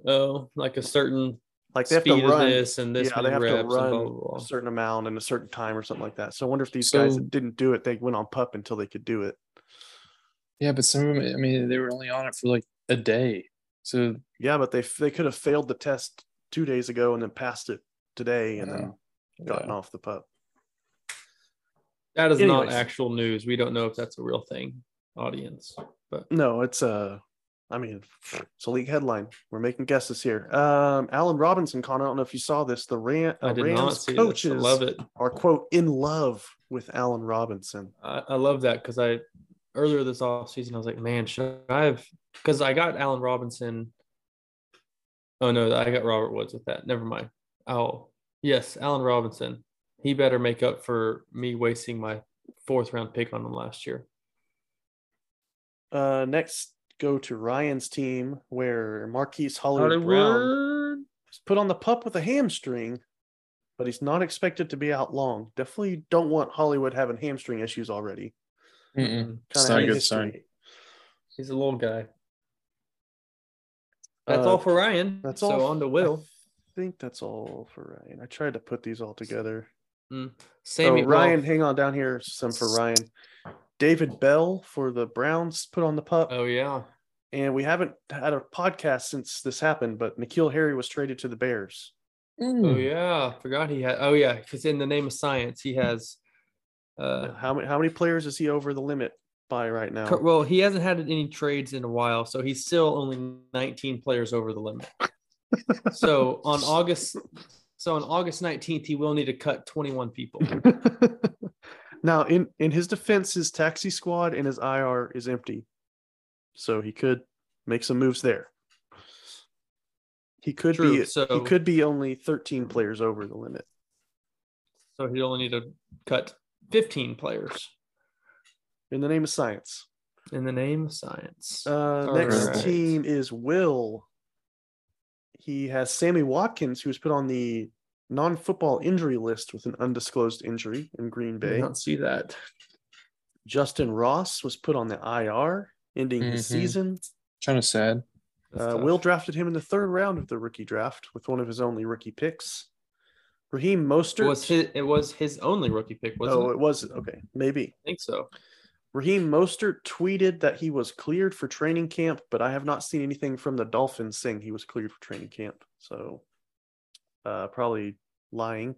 Speaker 3: oh, like a certain
Speaker 2: like they have
Speaker 3: speed
Speaker 2: to
Speaker 3: of
Speaker 2: run
Speaker 3: this and this
Speaker 2: yeah, they
Speaker 3: many
Speaker 2: have to
Speaker 3: reps and blah,
Speaker 2: run
Speaker 3: blah, blah.
Speaker 2: a certain amount and a certain time or something like that. So I wonder if these guys
Speaker 5: So-
Speaker 2: that didn't do it, they went on pup until they could do it.
Speaker 5: Yeah, but some of them, I mean, they were only on it for like a day. So
Speaker 2: Yeah, but they f- they could have failed the test two days ago and then passed it today and then
Speaker 3: Mm,
Speaker 2: gotten
Speaker 5: yeah.
Speaker 2: off the pup.
Speaker 3: That is not
Speaker 2: Anyways.
Speaker 3: actual news. We don't know if that's a real thing, audience. But
Speaker 2: No, it's uh I mean it's a league headline. We're making guesses here. Um Alan Robinson, Connor, I don't know if you saw this. The Ran-
Speaker 3: I
Speaker 2: uh,
Speaker 3: did not
Speaker 2: Rams
Speaker 3: see
Speaker 2: coaches
Speaker 3: coaches. This. I love it.
Speaker 2: are quote in love with Alan Robinson.
Speaker 3: I, I love that because I earlier this offseason I was like, man, should I have? Because I got Allen Robinson. Oh no, I got Robert Woods with that. Never mind. Oh yes, Allen Robinson. He better make up for me wasting my fourth round pick on him last year.
Speaker 2: Uh next go to Ryan's team where Marquise Hollywood, Brown was put on the pup with a hamstring, but he's not expected to be out long. Definitely don't want Hollywood having hamstring issues already.
Speaker 5: Mm-mm.
Speaker 3: Mm.
Speaker 2: Kinda
Speaker 5: It's not a
Speaker 2: had
Speaker 5: good
Speaker 2: history.
Speaker 3: He's a little guy. That's
Speaker 2: Uh,
Speaker 3: all for Ryan.
Speaker 2: That's
Speaker 3: So
Speaker 2: all.
Speaker 3: on to
Speaker 2: I
Speaker 3: Will.
Speaker 2: think that's all for Ryan. I tried to put these all together.
Speaker 3: Sammy
Speaker 2: oh, Ryan,
Speaker 3: well,
Speaker 2: hang on down here. Some for Ryan. David Bell for the Browns put on the pup.
Speaker 3: Oh yeah.
Speaker 2: And we haven't had a podcast since this happened, but Nikhil Harry was traded to the Bears.
Speaker 4: Hmm.
Speaker 3: Oh yeah. Forgot he had. Oh yeah. Because in the name of science, he has. Uh,
Speaker 2: How many how many players is he over the limit by right now?
Speaker 3: Cor- Well, he hasn't had any trades in a while, so he's still only 19 players over the limit. so on August, so on August 19th, he will need to cut 21 people.
Speaker 2: now, in in his defense, his taxi squad and his IR is empty, so he could make some moves there. He could
Speaker 3: True.
Speaker 2: be
Speaker 3: so
Speaker 2: he could be only 13 players over the limit.
Speaker 3: so he'd only need to cut 15 players
Speaker 2: In the name of science.
Speaker 3: in the name of science.
Speaker 2: Uh, next
Speaker 5: Alright.
Speaker 2: team is Will. He has Sammy Watkins, who was put on the non-football injury list with an undisclosed injury in Green
Speaker 3: I did
Speaker 2: Bay.
Speaker 3: not see that.
Speaker 2: Justin Ross was put on the IR, ending his
Speaker 3: Mm-hmm.
Speaker 5: Mhm.
Speaker 2: season.
Speaker 5: Kind of sad.
Speaker 3: That's
Speaker 2: Uh,
Speaker 3: tough.
Speaker 2: Will drafted him in the third round of the rookie draft with one of his only rookie picks. Raheem
Speaker 3: it
Speaker 2: Mostert.
Speaker 3: was his, it was his only rookie pick, wasn't
Speaker 2: oh,
Speaker 3: it?
Speaker 2: it was okay. Maybe
Speaker 3: I think so.
Speaker 2: Raheem Mostert tweeted that he was cleared for training camp, but I have not seen anything from the Dolphins saying he was cleared for training camp. So, uh, probably lying.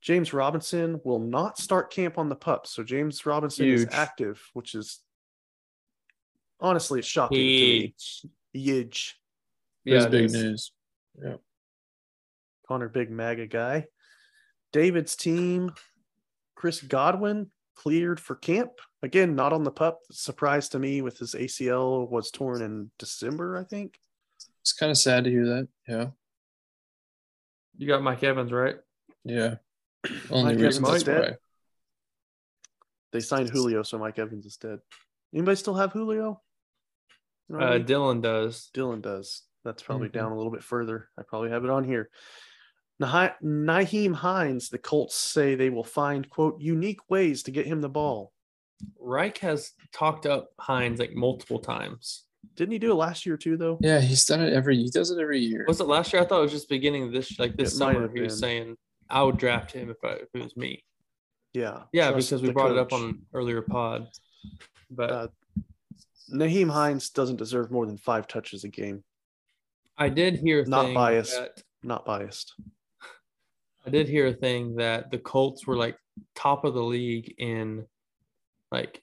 Speaker 2: James Robinson will not start camp on the pup. So James Robinson is
Speaker 5: Huge.
Speaker 2: active, which is honestly it's shocking
Speaker 3: He,
Speaker 2: to me. Yidge.
Speaker 3: yeah,
Speaker 5: That's
Speaker 3: it
Speaker 5: big
Speaker 3: is.
Speaker 5: news.
Speaker 2: Connor Big MAGA guy. David's team, Chris Godwin, cleared for camp. Again, not on the pup. Surprise to me with his ACL was torn in December, I think.
Speaker 5: It's kind of sad to hear that. Yeah.
Speaker 3: You got Mike Evans, right?
Speaker 5: Yeah. Only
Speaker 2: Mike
Speaker 5: reason
Speaker 2: Evans
Speaker 5: that's
Speaker 2: dead.
Speaker 5: why.
Speaker 2: They signed Julio, so Mike Evans is dead. Anybody still have Julio? No,
Speaker 3: Uh, Mm-hmm. Dylan does.
Speaker 2: Dylan does. That's probably
Speaker 5: Mhm.
Speaker 2: down a little bit further. I probably have it on here. Nahi- Naheem Hines, the Colts say they will find, quote, unique ways to get him the ball.
Speaker 3: Reich has talked up Hines like multiple times.
Speaker 2: Didn't he do it last year too, though?
Speaker 5: Yeah, he's done it every. He does it every year.
Speaker 3: Was it last year? I thought it was just beginning of this, like this
Speaker 2: It might
Speaker 3: summer.
Speaker 2: have
Speaker 3: He was
Speaker 2: been.
Speaker 3: saying, "I would draft him if, I, if it was me."
Speaker 2: Yeah.
Speaker 3: Yeah,
Speaker 2: Trust
Speaker 3: because we
Speaker 2: the
Speaker 3: brought it up
Speaker 2: coach.
Speaker 3: on an earlier pod. But
Speaker 2: Uh, Naheem Hines doesn't deserve more than five touches a game.
Speaker 3: I did hear a
Speaker 2: not
Speaker 3: thing
Speaker 2: biased.
Speaker 3: that
Speaker 2: Not biased.
Speaker 3: I did hear a thing that the Colts were like top of the league in like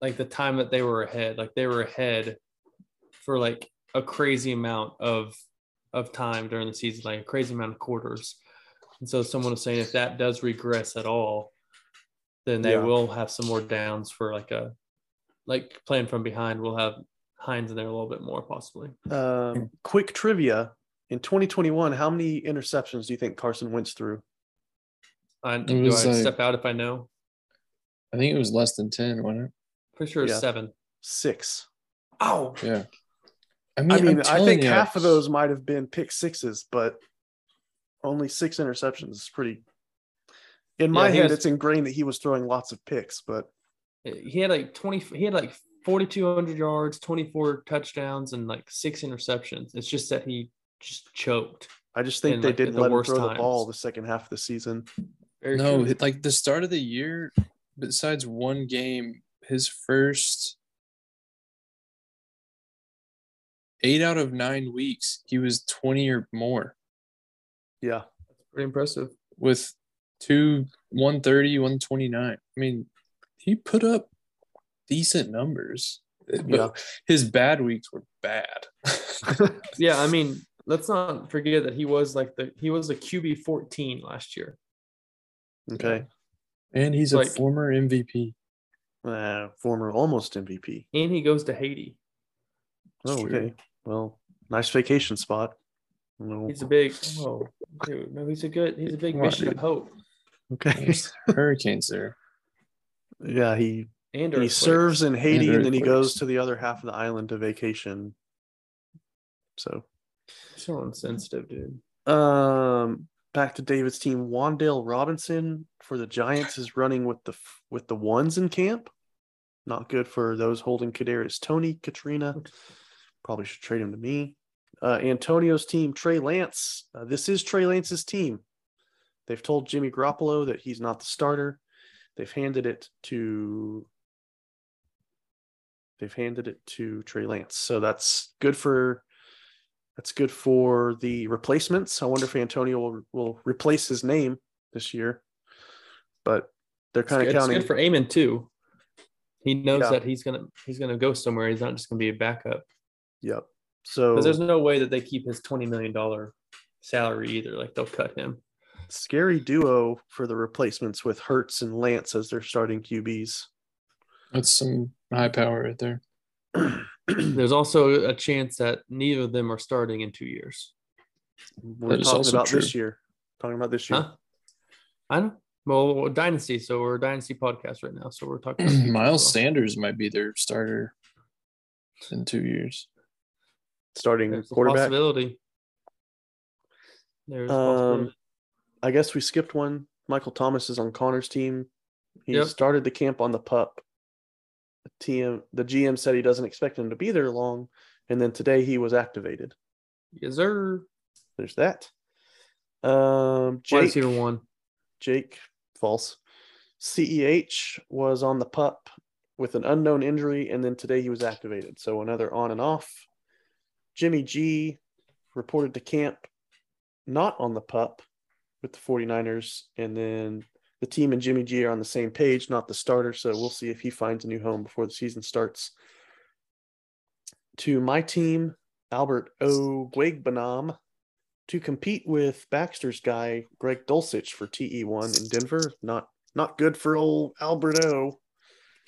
Speaker 3: like the time that they were ahead. Like they were ahead for like a crazy amount of of time during the season, like a crazy amount of quarters. And so someone was saying if that does regress at all, then they
Speaker 2: Yeah.
Speaker 3: will have some more downs for like a like playing from behind. We'll have Hines in there a little bit more possibly.
Speaker 2: Um, quick trivia: In 2021, how many interceptions do you think Carson Wentz threw?
Speaker 3: I,
Speaker 5: It
Speaker 3: do I
Speaker 5: was, like-
Speaker 3: step out if I know?
Speaker 5: I think it was less than ten, wasn't
Speaker 3: Pretty sure it's
Speaker 2: Yeah.
Speaker 3: seven.
Speaker 2: Six.
Speaker 3: Oh,
Speaker 5: it? Yeah.
Speaker 2: I
Speaker 5: I'm
Speaker 2: mean, I
Speaker 5: telling
Speaker 2: think
Speaker 5: you.
Speaker 2: half of those might have been pick sixes, but only six interceptions is pretty. In my
Speaker 3: Yeah, he
Speaker 2: head,
Speaker 3: was-
Speaker 2: it's ingrained that he was throwing lots of picks, but
Speaker 3: he had like 20 he had like 4200 yards 24 touchdowns and like six interceptions it's just that he just choked
Speaker 2: I just think
Speaker 3: And,
Speaker 2: they
Speaker 3: like,
Speaker 2: didn't
Speaker 3: the
Speaker 2: let him
Speaker 3: worst
Speaker 2: throw the
Speaker 3: times.
Speaker 2: ball the second half of the season.
Speaker 3: Very
Speaker 5: no,
Speaker 3: true.
Speaker 5: it- like the start of the year, besides one game, his first eight out of nine weeks, he was 20 or more
Speaker 2: Yeah,
Speaker 3: pretty impressive
Speaker 5: with two 130, 129. I mean, he put up decent numbers. eh, But
Speaker 2: Yeah.
Speaker 5: his bad weeks were bad.
Speaker 3: yeah i mean let's not forget that he was like the he was a qb 14 last year
Speaker 2: okay.
Speaker 5: and he's
Speaker 3: Like-
Speaker 5: a former MVP.
Speaker 2: Uh, former almost MVP.
Speaker 3: and he goes to haiti
Speaker 5: It's
Speaker 2: Oh,
Speaker 5: true.
Speaker 2: okay. Well, nice vacation spot. No.
Speaker 3: he's a big oh dude no he's a good he's a big
Speaker 5: Come on,
Speaker 3: mission
Speaker 5: dude.
Speaker 3: of hope
Speaker 2: Okay.
Speaker 5: There's hurricanes there.
Speaker 2: Yeah, he
Speaker 3: and
Speaker 2: he
Speaker 3: earthquakes.
Speaker 2: serves in Haiti
Speaker 5: And
Speaker 2: and then he
Speaker 5: earthquakes.
Speaker 2: goes to the other half of the island to vacation. So,
Speaker 3: so insensitive dude
Speaker 2: um, back to David's team, Wandale Robinson for the Giants is running with the f- with the ones in camp. Not good for those holding Kadarius Tony, Katrina. Probably should trade him to me. Uh, Antonio's team, Trey Lance. Uh, this is Trey Lance's team. They've told Jimmy Garoppolo that he's not the starter. They've handed it to they've handed it to Trey Lance. So that's good for that's good for the replacements. I wonder if Antonio will will replace his name this year. But they're
Speaker 3: It's good.
Speaker 2: kind of
Speaker 3: It's
Speaker 2: counting
Speaker 3: good for Amon too. He knows
Speaker 2: Yeah.
Speaker 3: that he's gonna he's gonna go somewhere. He's not just gonna be a backup.
Speaker 2: Yep. So
Speaker 3: Because there's no way that they keep his twenty million dollar salary either. Like they'll cut him.
Speaker 2: scary duo for the replacements with Hertz and Lance as their starting QBs.
Speaker 5: That's some high power right there.
Speaker 3: There's also a chance that neither of them are starting in two years.
Speaker 2: We're
Speaker 5: That is
Speaker 2: talking
Speaker 5: also
Speaker 2: about
Speaker 5: true.
Speaker 2: this year. Talking about this year.
Speaker 3: Huh? I know. Well, we're dynasty. So we're a dynasty podcast right now. So we're talking. about
Speaker 5: Miles
Speaker 3: people,
Speaker 5: Sanders might be their starter in two years.
Speaker 3: so
Speaker 2: Starting
Speaker 3: There's a
Speaker 2: quarterback.
Speaker 3: possibility. There's a
Speaker 2: Um,
Speaker 3: possibility.
Speaker 2: I guess we skipped one. Michael Thomas is on Connor's team. He
Speaker 3: Yep.
Speaker 2: started the camp on the pup. The TM, the GM said he doesn't expect him to be there long, and then today he was activated.
Speaker 3: Yes, sir.
Speaker 2: There's that. Um,
Speaker 3: Wide
Speaker 2: Jake,
Speaker 3: receiver one.
Speaker 2: Jake, false. CEH was on the pup with an unknown injury, and then today he was activated. So another on and off. Jimmy G reported to camp, not on the pup with the 49ers. And then the team and Jimmy G are on the same page, not the starter. So we'll see if he finds a new home before the season starts. To my team, Albert Oguigbanam to compete with Baxter's guy Greg Dulcich for TE1 in Denver. Not not good for old Alberto.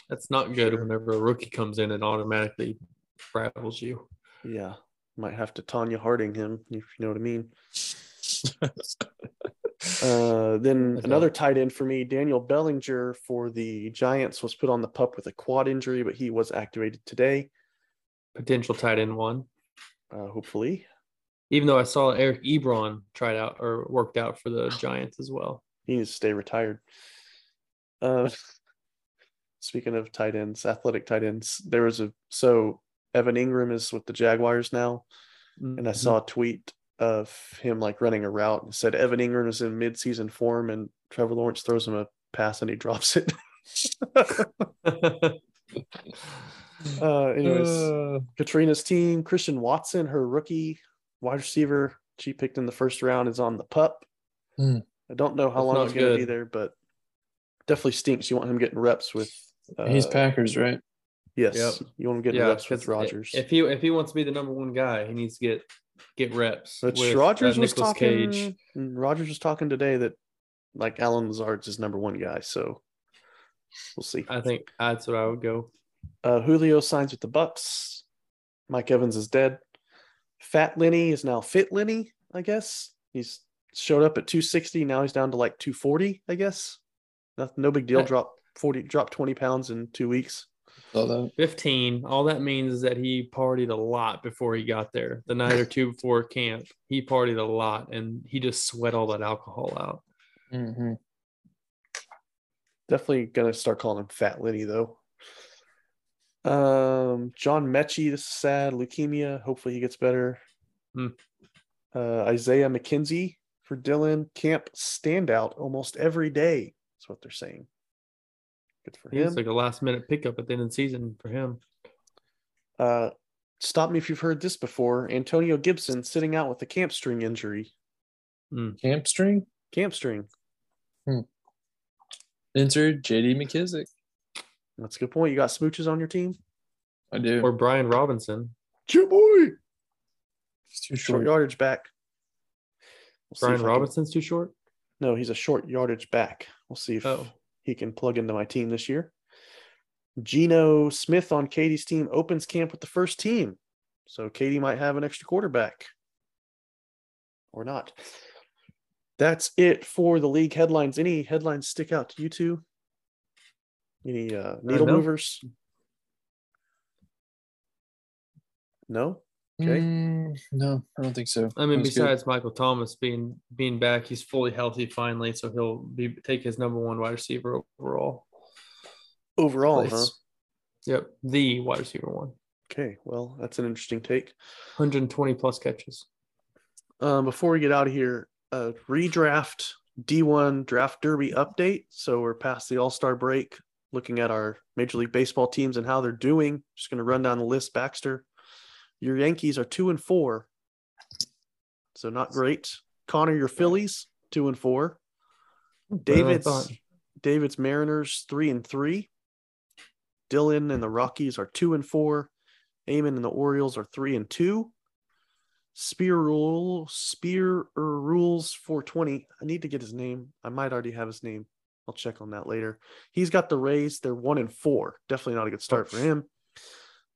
Speaker 3: That's not good
Speaker 2: Sure.
Speaker 3: whenever a rookie comes in and automatically rattles you.
Speaker 2: Yeah, might have to Tanya Harding him if you know what I mean. Uh, then
Speaker 3: Okay.
Speaker 2: another tight end for me, Daniel Bellinger for the Giants was put on the pup with a quad injury, but he was activated today.
Speaker 3: Potential tight end one.
Speaker 2: Uh, hopefully,
Speaker 3: Even though I saw Eric Ebron tried out or worked out for the Giants as well.
Speaker 2: He needs to stay retired. Uh, speaking of tight ends, athletic tight ends, there was a so Evan Ingram is with the Jaguars now, and I
Speaker 4: Mm-hmm.
Speaker 2: saw a tweet of him like running a route and said Evan Ingram is in midseason form, and Trevor Lawrence throws him a pass and he drops it. Uh, anyways, Katrina's team, Christian Watson, her rookie wide receiver, she picked in the first round, is on the pup.
Speaker 5: Hmm.
Speaker 2: I don't know how
Speaker 3: That's
Speaker 2: long
Speaker 3: not
Speaker 2: he's going to be
Speaker 3: good.
Speaker 2: there, but definitely stinks. You want him getting reps with. Uh,
Speaker 5: He's Packers, right?
Speaker 2: yes,
Speaker 3: Yep.
Speaker 2: you want him getting
Speaker 3: yeah,
Speaker 2: reps with
Speaker 3: 'cause
Speaker 2: Rogers.
Speaker 3: If he if he wants to be the number one guy, he needs to get get reps.
Speaker 2: Which
Speaker 3: with, uh,
Speaker 2: Rogers was
Speaker 3: Nicolas
Speaker 2: talking. Rogers was talking today that like Alan Lazard's his number one guy, so we'll see.
Speaker 3: I think that's what I would go.
Speaker 2: Uh, Julio signs with the Bucks. Mike Evans is dead. Fat Lenny is now Fit Lenny, I guess. He's showed up at 260. Now he's down to like 240, I guess. No, no big deal.
Speaker 3: Hey.
Speaker 2: Drop 40, drop 20 pounds in two weeks.
Speaker 5: Saw that.
Speaker 3: Fifteen. All that means is that he partied a lot before he got there. The night or two before camp, he partied a lot, and he just sweat all that alcohol out.
Speaker 5: Mhm.
Speaker 2: Definitely gonna start calling him Fat Lenny though. Um, John Mechie, this is sad. Leukemia. Hopefully he gets better.
Speaker 3: Hmm.
Speaker 2: Uh, Isaiah McKenzie for Dylan. Camp standout almost every day. That's what they're saying. Good for him.
Speaker 3: It's like a last minute pickup at the end of the season for him.
Speaker 2: Uh, stop me if you've heard this before. Antonio Gibson sitting out with a camp string injury.
Speaker 5: Hamstring
Speaker 2: Camp string.
Speaker 5: entered JD McKissick.
Speaker 2: That's a good point. You got smooches on your team.
Speaker 5: I do.
Speaker 3: Or Brian Robinson.
Speaker 2: Chew boy.
Speaker 5: It's too
Speaker 2: Short
Speaker 5: short.
Speaker 2: yardage back. We'll see if
Speaker 3: Brian
Speaker 2: I can-
Speaker 3: Robinson's too short.
Speaker 2: No, he's a short yardage back. We'll see if
Speaker 3: Oh,
Speaker 2: he can plug into my team this year. Geno Smith on Katie's team opens camp with the first team. So Katie might have an extra quarterback or not. That's it for the league headlines. Any headlines stick out to you two? Any uh, needle
Speaker 3: no.
Speaker 2: movers? No? Okay.
Speaker 5: Mm, no, I don't think so.
Speaker 3: I mean,
Speaker 5: That was good.
Speaker 3: besides Michael Thomas being being back, he's fully healthy finally, so he'll be take his number one wide receiver overall.
Speaker 2: Overall, huh?
Speaker 3: place. Uh-huh. Yep, the wide receiver one.
Speaker 2: Okay. Well, that's an interesting take.
Speaker 3: 120 plus catches.
Speaker 2: um, before we get out of here, uh, redraft D1 draft derby update. So we're past the All Star break, looking at our Major League Baseball teams and how they're doing. Just going to run down the list, Baxter. Your Yankees are two and four, so not great. Connor, your Phillies two and four.
Speaker 3: than I
Speaker 2: David's
Speaker 3: thought.
Speaker 2: David's Mariners three and three. Dylan and the Rockies are two and four. Amon and the Orioles are three and two. Spear rule Spear er, rules 420. I need to get his name. I might already have his name. I'll check on that later. He's got the Rays. They're one and four. Definitely not a good start for him.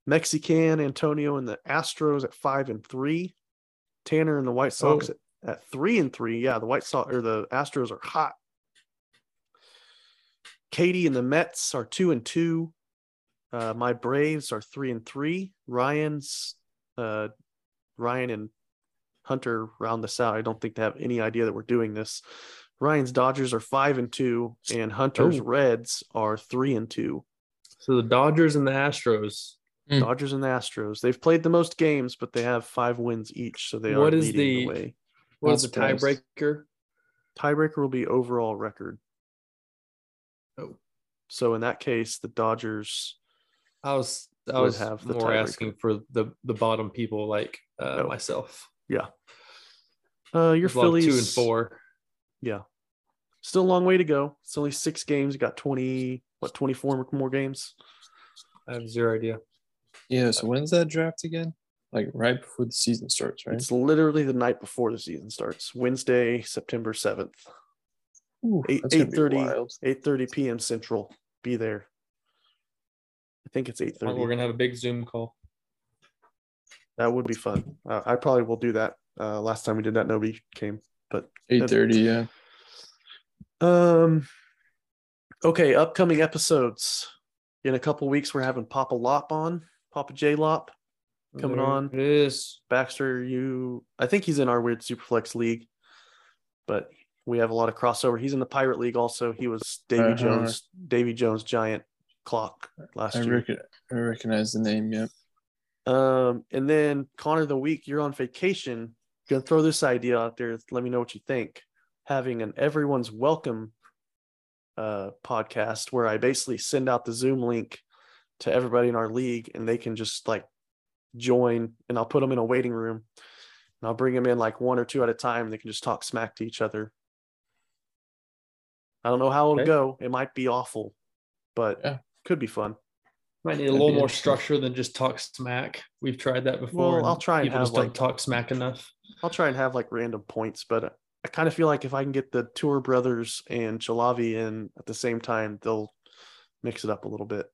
Speaker 2: Mexican Antonio and the Astros at five and three. Tanner and the White Sox at, at three and three. Yeah, the White Sox or the Astros are hot. Katie and the Mets are two and two. Uh, my Braves are three and three. Ryan's uh, Ryan and Hunter round this out. I don't think they have any idea that we're doing this. Ryan's Dodgers are five and two, and Hunter's
Speaker 3: Oh.
Speaker 2: Reds are three and two.
Speaker 3: So the Dodgers and the Astros.
Speaker 5: Hmm.
Speaker 2: Dodgers and Astros. They've played the most games, but they have five wins each, so they
Speaker 3: What
Speaker 2: are
Speaker 3: is
Speaker 2: leading the,
Speaker 3: the-
Speaker 2: way.
Speaker 3: What is the
Speaker 5: That's close.
Speaker 3: tiebreaker?
Speaker 2: Tiebreaker will be overall record.
Speaker 3: Oh.
Speaker 2: So in that case, the Dodgers.
Speaker 3: I was I
Speaker 2: Would
Speaker 3: was
Speaker 2: have the
Speaker 3: more
Speaker 2: tiebreaker.
Speaker 3: asking for the the bottom people like uh,
Speaker 2: No.
Speaker 3: myself.
Speaker 2: Uh, your
Speaker 3: There's a lot of
Speaker 2: Phillies
Speaker 3: two and four.
Speaker 2: Still a long way to go. It's only six games. You got twenty what twenty four more games.
Speaker 3: I have zero idea.
Speaker 5: Yeah. So when's that draft again? Like right before the season starts, right?
Speaker 2: It's literally the night before the season starts. Wednesday, September seventh,
Speaker 5: Ooh,
Speaker 2: eight-
Speaker 5: that's gonna be
Speaker 2: 8:30.
Speaker 5: wild.
Speaker 2: eight thirty p.m. Central. Be there. I think it's eight
Speaker 3: We're
Speaker 2: thirty.
Speaker 3: gonna have a big Zoom call.
Speaker 2: That would be fun. Uh, I probably will do that. Uh, last time we did that, nobody came.
Speaker 5: Eight thirty. Yeah.
Speaker 2: Um. Okay, upcoming episodes. In a couple weeks, we're having Papa Lop on. Papa J Lop. Coming
Speaker 3: There
Speaker 2: on.
Speaker 3: It is.
Speaker 2: Baxter, you I think he's in our weird Superflex league, but we have a lot of crossover. He's in the Pirate League also. He was Davy
Speaker 5: Uh-huh.
Speaker 2: Jones, Davy Jones giant clock last
Speaker 5: I
Speaker 2: year.
Speaker 5: reckon. I recognize the name. Yep.
Speaker 2: Um, and then Connor the Week, you're on vacation. Gonna throw this idea out there. Let me know what you think. Having an everyone's welcome uh podcast where I basically send out the Zoom link to everybody in our league and they can just like join and I'll put them in a waiting room and I'll bring them in like one or two at a time. They can just talk smack to each other. I don't know how it'll
Speaker 3: Okay.
Speaker 2: go. It might be awful, but
Speaker 5: Yeah.
Speaker 2: could be fun.
Speaker 3: Might need a
Speaker 5: That'd
Speaker 3: little
Speaker 5: be
Speaker 3: more
Speaker 5: interesting.
Speaker 3: structure than just talk smack. We've tried that before.
Speaker 2: Well,
Speaker 3: and
Speaker 2: I'll try and
Speaker 3: people
Speaker 2: have,
Speaker 3: just don't
Speaker 2: like-
Speaker 3: talk smack enough.
Speaker 2: I'll try and have like random points, but I kind of feel like if I can get the Tour Brothers and Chalavi in at the same time, they'll mix it up a little bit.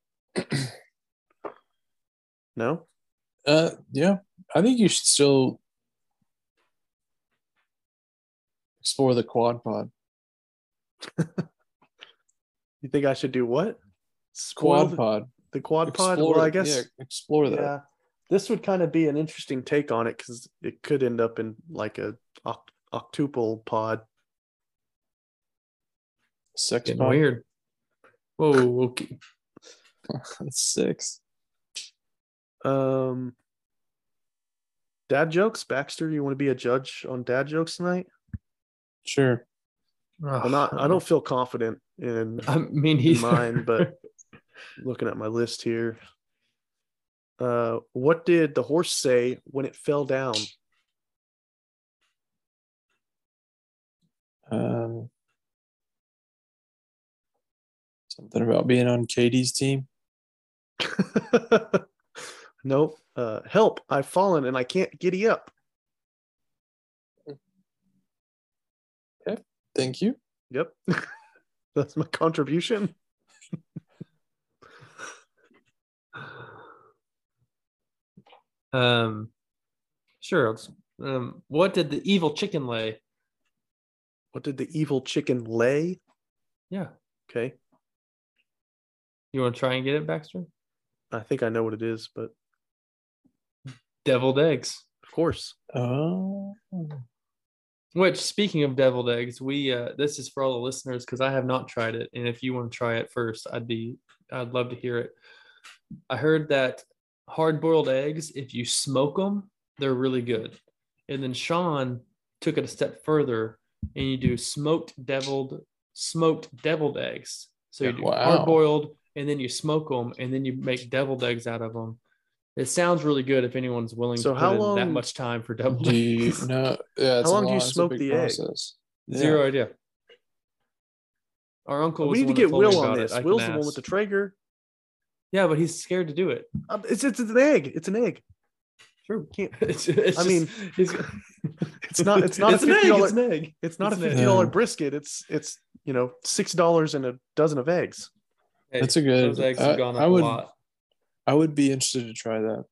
Speaker 2: no,
Speaker 5: Uh, yeah, I think you should still explore the quad pod.
Speaker 2: you think I should do what? Spoil
Speaker 5: Quad
Speaker 2: the,
Speaker 5: pod.
Speaker 2: The quad pod.
Speaker 5: Explore-
Speaker 2: Well, I guess.
Speaker 5: yeah, explore that.
Speaker 2: yeah. This would kind of be an interesting take on it because it could end up in like a oct- octuple pod.
Speaker 5: Sex
Speaker 3: Getting
Speaker 5: pod.
Speaker 3: weird. Whoa, okay.
Speaker 5: That's six.
Speaker 2: Um, dad jokes, Baxter. You want to be a judge on dad jokes tonight?
Speaker 5: Sure.
Speaker 2: I'm not. I don't feel confident in
Speaker 3: I mean,
Speaker 2: in
Speaker 3: he's
Speaker 2: mine, but looking at my list here. Uh, what did the horse say when it fell down?
Speaker 5: Um, something about being on Katie's team.
Speaker 2: nope. Uh, help! I've fallen and I can't giddy up.
Speaker 5: Thank you.
Speaker 2: Yep, that's my contribution.
Speaker 3: Um, sure. it's- Um, what did the evil chicken lay?
Speaker 2: What did the evil chicken lay?
Speaker 3: Yeah,
Speaker 2: Okay,
Speaker 3: you want to try and get it, Baxter?
Speaker 2: I think I know what it is, but
Speaker 3: Deviled eggs.
Speaker 2: of course,
Speaker 5: Oh,
Speaker 3: Which, speaking of deviled eggs, we uh, this is for all the listeners because I have not tried it, and if you want to try it first, I'd be I'd love to hear it. I heard that hard boiled eggs, if you smoke them, they're really good. And then Sean took it a step further, and you do smoked deviled smoked deviled eggs. So you do
Speaker 5: Wow.
Speaker 3: hard boiled, and then you smoke them, and then you make deviled eggs out of them. It sounds really good if anyone's willing
Speaker 2: So
Speaker 3: to
Speaker 2: how
Speaker 3: put in that
Speaker 2: long
Speaker 3: much time for deviled
Speaker 5: do you
Speaker 3: eggs.
Speaker 5: know? Yeah, it's
Speaker 2: How
Speaker 5: a
Speaker 2: long do you
Speaker 5: lot- it's a
Speaker 2: smoke
Speaker 5: big
Speaker 2: the egg?
Speaker 5: process. Yeah.
Speaker 3: Zero idea. Our uncle. Was
Speaker 2: we
Speaker 3: the
Speaker 2: need to get
Speaker 3: one that told me
Speaker 2: Will on
Speaker 3: about it.
Speaker 2: this.
Speaker 3: I can
Speaker 2: Will's the one
Speaker 3: ask.
Speaker 2: with the Traeger.
Speaker 3: yeah, but he's scared to do it.
Speaker 2: Uh, It's, it's an egg. It's an egg.
Speaker 3: True.
Speaker 2: Can't-
Speaker 3: It's, it's
Speaker 2: I
Speaker 3: just-
Speaker 2: mean,
Speaker 3: he's-
Speaker 2: It's not. It's not
Speaker 3: It's
Speaker 2: a
Speaker 3: an egg,
Speaker 2: fifty
Speaker 3: it's
Speaker 2: dollar.
Speaker 3: an egg.
Speaker 2: It's not a
Speaker 3: it's an egg.
Speaker 2: fifty dollar
Speaker 5: Yeah.
Speaker 2: brisket. It's it's you know six dollars and a dozen of eggs.
Speaker 3: Hey,
Speaker 5: That's a good-
Speaker 3: Those eggs
Speaker 5: I-
Speaker 3: have gone up
Speaker 5: I would-
Speaker 3: a lot.
Speaker 4: I would be interested to try that.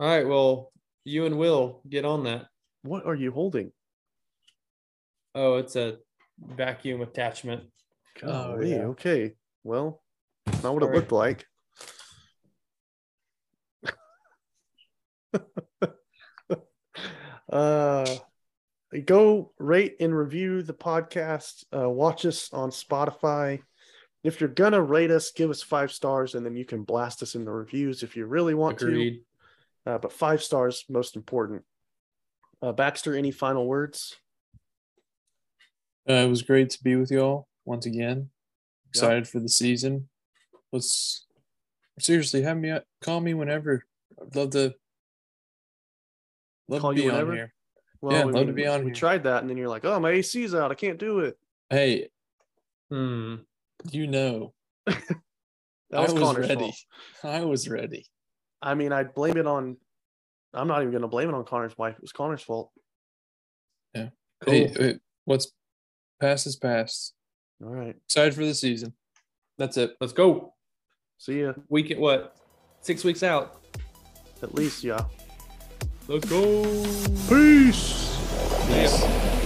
Speaker 3: All right. Well, you and Will get on that.
Speaker 2: What are you holding?
Speaker 3: Oh, it's a vacuum attachment.
Speaker 4: Oh,
Speaker 2: Golly,
Speaker 4: yeah.
Speaker 2: Okay. Well, not what
Speaker 3: Sorry.
Speaker 2: it looked like. uh, go rate and review the podcast. Uh, watch us on Spotify. If you're gonna rate us, give us five stars, and then you can blast us in the reviews if you really want to.
Speaker 3: Agreed.
Speaker 2: Uh, but five stars, most important. Uh, Baxter, any final words?
Speaker 4: Uh, it was great to be with y'all once again. Excited for the season. Let's seriously have me call me whenever. I'd love to. Love
Speaker 2: Call
Speaker 4: to
Speaker 2: you
Speaker 4: be on
Speaker 2: whenever?
Speaker 4: here.
Speaker 2: Well,
Speaker 4: Yeah,
Speaker 2: we,
Speaker 4: love to be on
Speaker 2: we
Speaker 4: here.
Speaker 2: tried that, and then you're like, "Oh, my AC's out. I can't do it."
Speaker 4: Hey,
Speaker 3: Hmm.
Speaker 4: you know,
Speaker 2: That was,
Speaker 4: I was
Speaker 2: Connor's
Speaker 4: ready.
Speaker 2: fault.
Speaker 4: I was ready.
Speaker 2: I mean, I'd blame it on. I'm not even going to blame it on Connor's wife. It was Connor's fault.
Speaker 3: Cool.
Speaker 4: Hey,
Speaker 5: uh,
Speaker 4: hey, what's past is past.
Speaker 2: All right.
Speaker 4: Excited for the season. That's it.
Speaker 3: Let's go.
Speaker 2: See ya.
Speaker 3: Week at what? Six weeks out.
Speaker 2: At least, yeah.
Speaker 3: Let's go.
Speaker 2: Peace.
Speaker 3: Yeah.